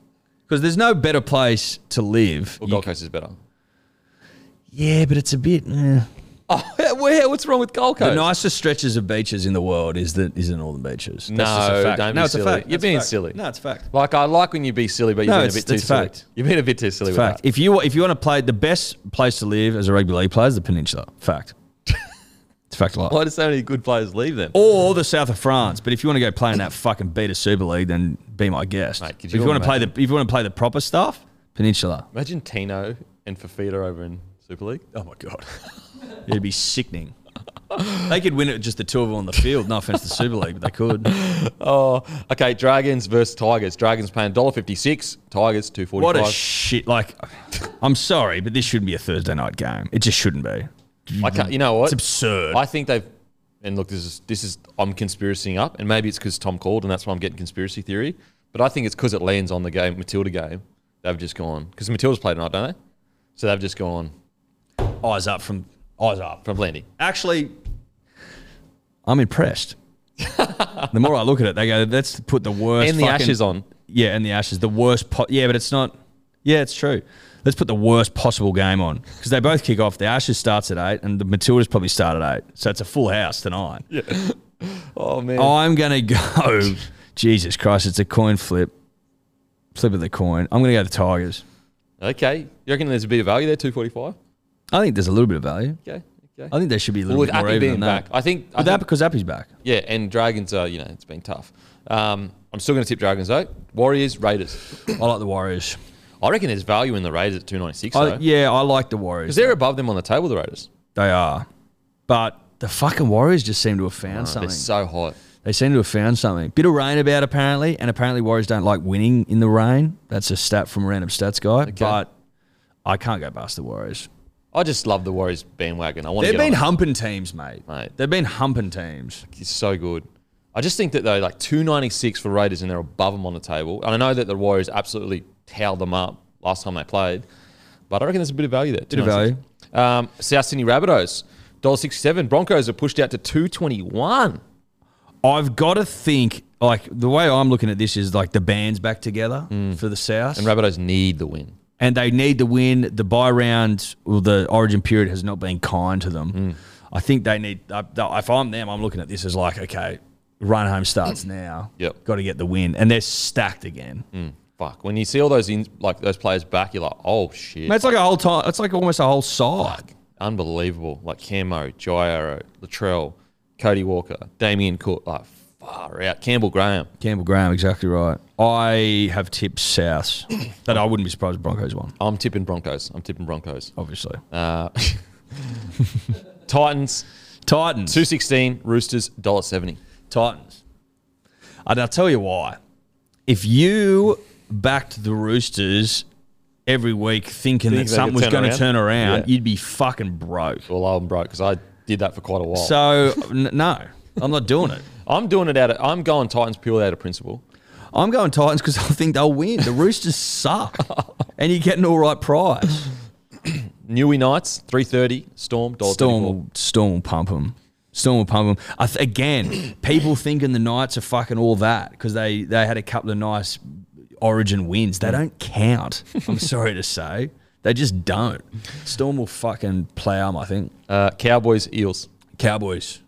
because there's no better place to live. Well, You- Gold Coast is better. yeah, but it's a bit. eh. Oh, where, what's wrong with Gold The Coast? nicest stretches of beaches in the world is the is the northern beaches. That's No, just a fact. don't no, be it's a silly. fact. You're That's a being fact. silly. No, it's a fact. like I like when you be silly, but you've No, been a it's- bit too it's silly. fact. You've been a bit too silly with fact. that. If you if you want to play, the best place to live as a regular league player is the peninsula. Fact. it's a fact. Of life. Why do so many good players leave them? or the south of France. But if you want to go play in that fucking beta Super League, then be my guest. Mate, could if you you want to play the imagine? if you want to play the proper stuff, peninsula. Imagine Tino and Fafita over in Super League. Oh my god, it'd be sickening. They could win it with just the two of them on the field. No offense to Super League, but they could. Oh, okay. Dragons versus Tigers. Dragons paying $1.56, Tigers two forty What five. a shit! Like, I'm sorry, but this shouldn't be a Thursday night game. It just shouldn't be. I can't. You know what? It's absurd. I think they've. And look, this is this is I'm conspiracying up, and maybe it's because Tom called, and that's why I'm getting conspiracy theory. But I think it's because it lands on the game Matilda game. They've just gone because Matilda's played tonight, don't they? So they've just gone eyes up from eyes up. from landing. Actually, I'm impressed. the more I look at it, they go, "Let's put the worst." and the fucking- ashes on. Yeah, and the Ashes, the worst. Po- yeah, but it's not. Yeah, it's true. Let's put the worst possible game on because they both kick off. The Ashes starts at eight, and the Matildas probably start at eight, so it's a full house tonight. Oh man. I'm gonna go. Jesus Christ, it's a coin flip. Flip of the coin. I'm gonna go the Tigers. Okay. You reckon there's a bit of value there, two forty five? I think there's a little bit of value. Okay. Okay. I think there should be a well, little with bit more Appy even being than that. back, I think. I But that think- because Appy's back. yeah, and Dragons are you know it's been tough. Um, I'm still going to tip Dragons though. Warriors, Raiders. I like the Warriors. I reckon there's value in the Raiders at two ninety six I, though. yeah, I like the Warriors. Because they're above them on the table, the Raiders. They are, but the fucking Warriors just seem to have found something. They're so hot. They seem to have found something. Bit of rain about apparently, and apparently Warriors don't like winning in the rain. That's a stat from random stats guy. But I can't go past the Warriors. I just love the Warriors bandwagon. I want to They've get been been on. humping teams, mate. Mate. They've been humping teams. It's so good. I just think that they're like 296 for Raiders and they're above them on the table. And I know that the Warriors absolutely towed them up last time they played, but I reckon there's a bit of value there. Bit of value. Um, South Sydney Rabbitohs, $1.67. Broncos are pushed out to 221. I've got to think like the way I'm looking at this is like the band's back together for the South, And Rabbitohs need the win. and they need to win. The buy round, well, the Origin period has Mm. uh, not been kind to them. I think they need. I- If I'm them, I'm looking at this as like, okay, run home Mm. starts now. Yep. Got to get the win. And they're stacked again. Fuck. When you see all those in, like those players back, you're like, oh shit. Mate, it's like a whole time. It's like almost a whole side. unbelievable. Like Camo, Jairo, Latrell, Cody Walker, Damien Cook, like far out. Campbell Graham. Campbell Graham, exactly right. I have tipped South, but I wouldn't be surprised if Broncos won. I'm tipping Broncos. I'm tipping Broncos. Obviously, Uh, Titans, Titans. two sixteen. Roosters, dollar seventy. Titans. And I'll tell you why. if you backed the Roosters every week thinking Think that they something could was turn going to around? turn around, Yeah. you'd be fucking broke. Well, I'm broke because I did that for quite a while. So n- no, I'm not doing it. I'm doing it out. Of, I'm going Titans purely out of principle. I'm going Titans because I think they'll win. The Roosters suck, and you get an all right prize. Newey Knights, three thirty. Storm, dollar Storm, thirty-four. will, Storm will pump them. Storm will pump them. I th- again, people thinking the Knights are fucking all that because they they had a couple of nice Origin wins. They don't count. I'm sorry to say, they just don't. Storm will fucking play them. I think Uh, Cowboys, Eels. Cowboys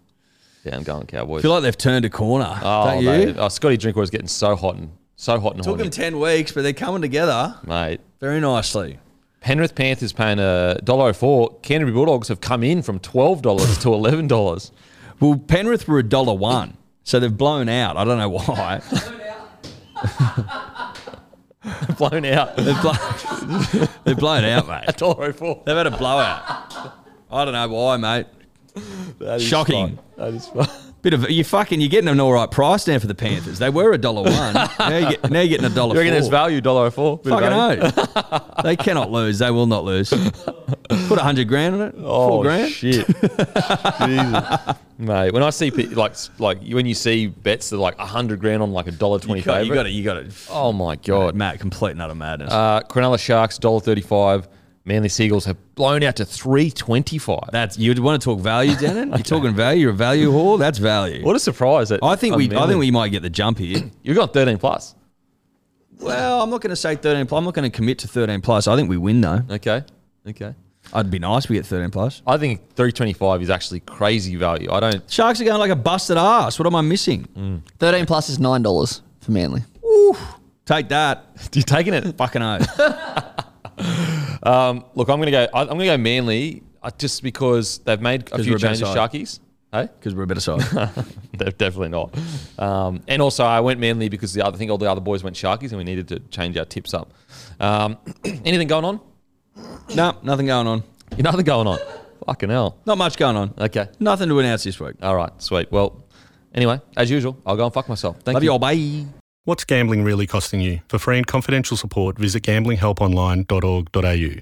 Yeah, I'm going Cowboys. feel like they've turned a corner. oh, don't you? mate. Oh, Scotty Drinkwater's getting so hot and so hot and Took horny, them ten weeks, but they're coming together mate. very nicely. Penrith Panthers paying a dollar oh four. Canterbury Bulldogs have come in from twelve dollars to eleven dollars. Well, Penrith were a dollar one, so they've blown out. I don't know why. Blown out. They've blown, they've blown out, mate. Dollar oh four. They've had a blowout. I don't know why, mate. Shocking. That is fun. Bit of you fucking. You're getting an all right price now for the Panthers. They were a dollar one. now, you get, now you're getting a dollar. You reckon there's four. value dollar four? Bit of Fucking value. oh. they cannot lose. They will not lose. Put a hundred grand on it. Oh, Four grand. Shit. Jesus. Mate, when I see pe- like s- like when you see bets that are like hundred grand on like a dollar twenty You got, favorite. you got it. You got it. Oh my god. Matt, complete and utter madness. Uh, Cronulla Sharks dollar thirty five. Manly Seagulls have blown out to three twenty five. That's you want to talk value, Denon? You're talking value. You're a value whore. That's value. What a surprise! That I think we. I Manly- think we might get the jump here. You've got thirteen plus. well, I'm not going to say 13 plus. I'm not going to commit to 13 plus. I think we win though. Okay. Okay. I'd be nice. if We get 13 plus. I think 325 is actually crazy value. I don't. Sharks are going like a busted ass. What am I missing? Thirteen plus is nine dollars for Manly. Take that. You're taking it. Fucking oh. Look, I'm gonna go. I- I'm gonna go Manly, uh, just because they've made a we're few a better changes. side. Sharkies, hey, Because we're a better side. they're definitely not. Um, and also, I went Manly because the other, I think all the other boys went Sharkies, and we needed to change our tips up. Um, anything going on? no, nothing going on. You nothing going on? Fucking hell. Not much going on. Okay. Nothing to announce this week. All right. Sweet. Well, anyway, as usual, I'll go and fuck myself. Thank Love you. you all. Bye. What's gambling really costing you? For free and confidential support, visit gamblinghelponline.org.au.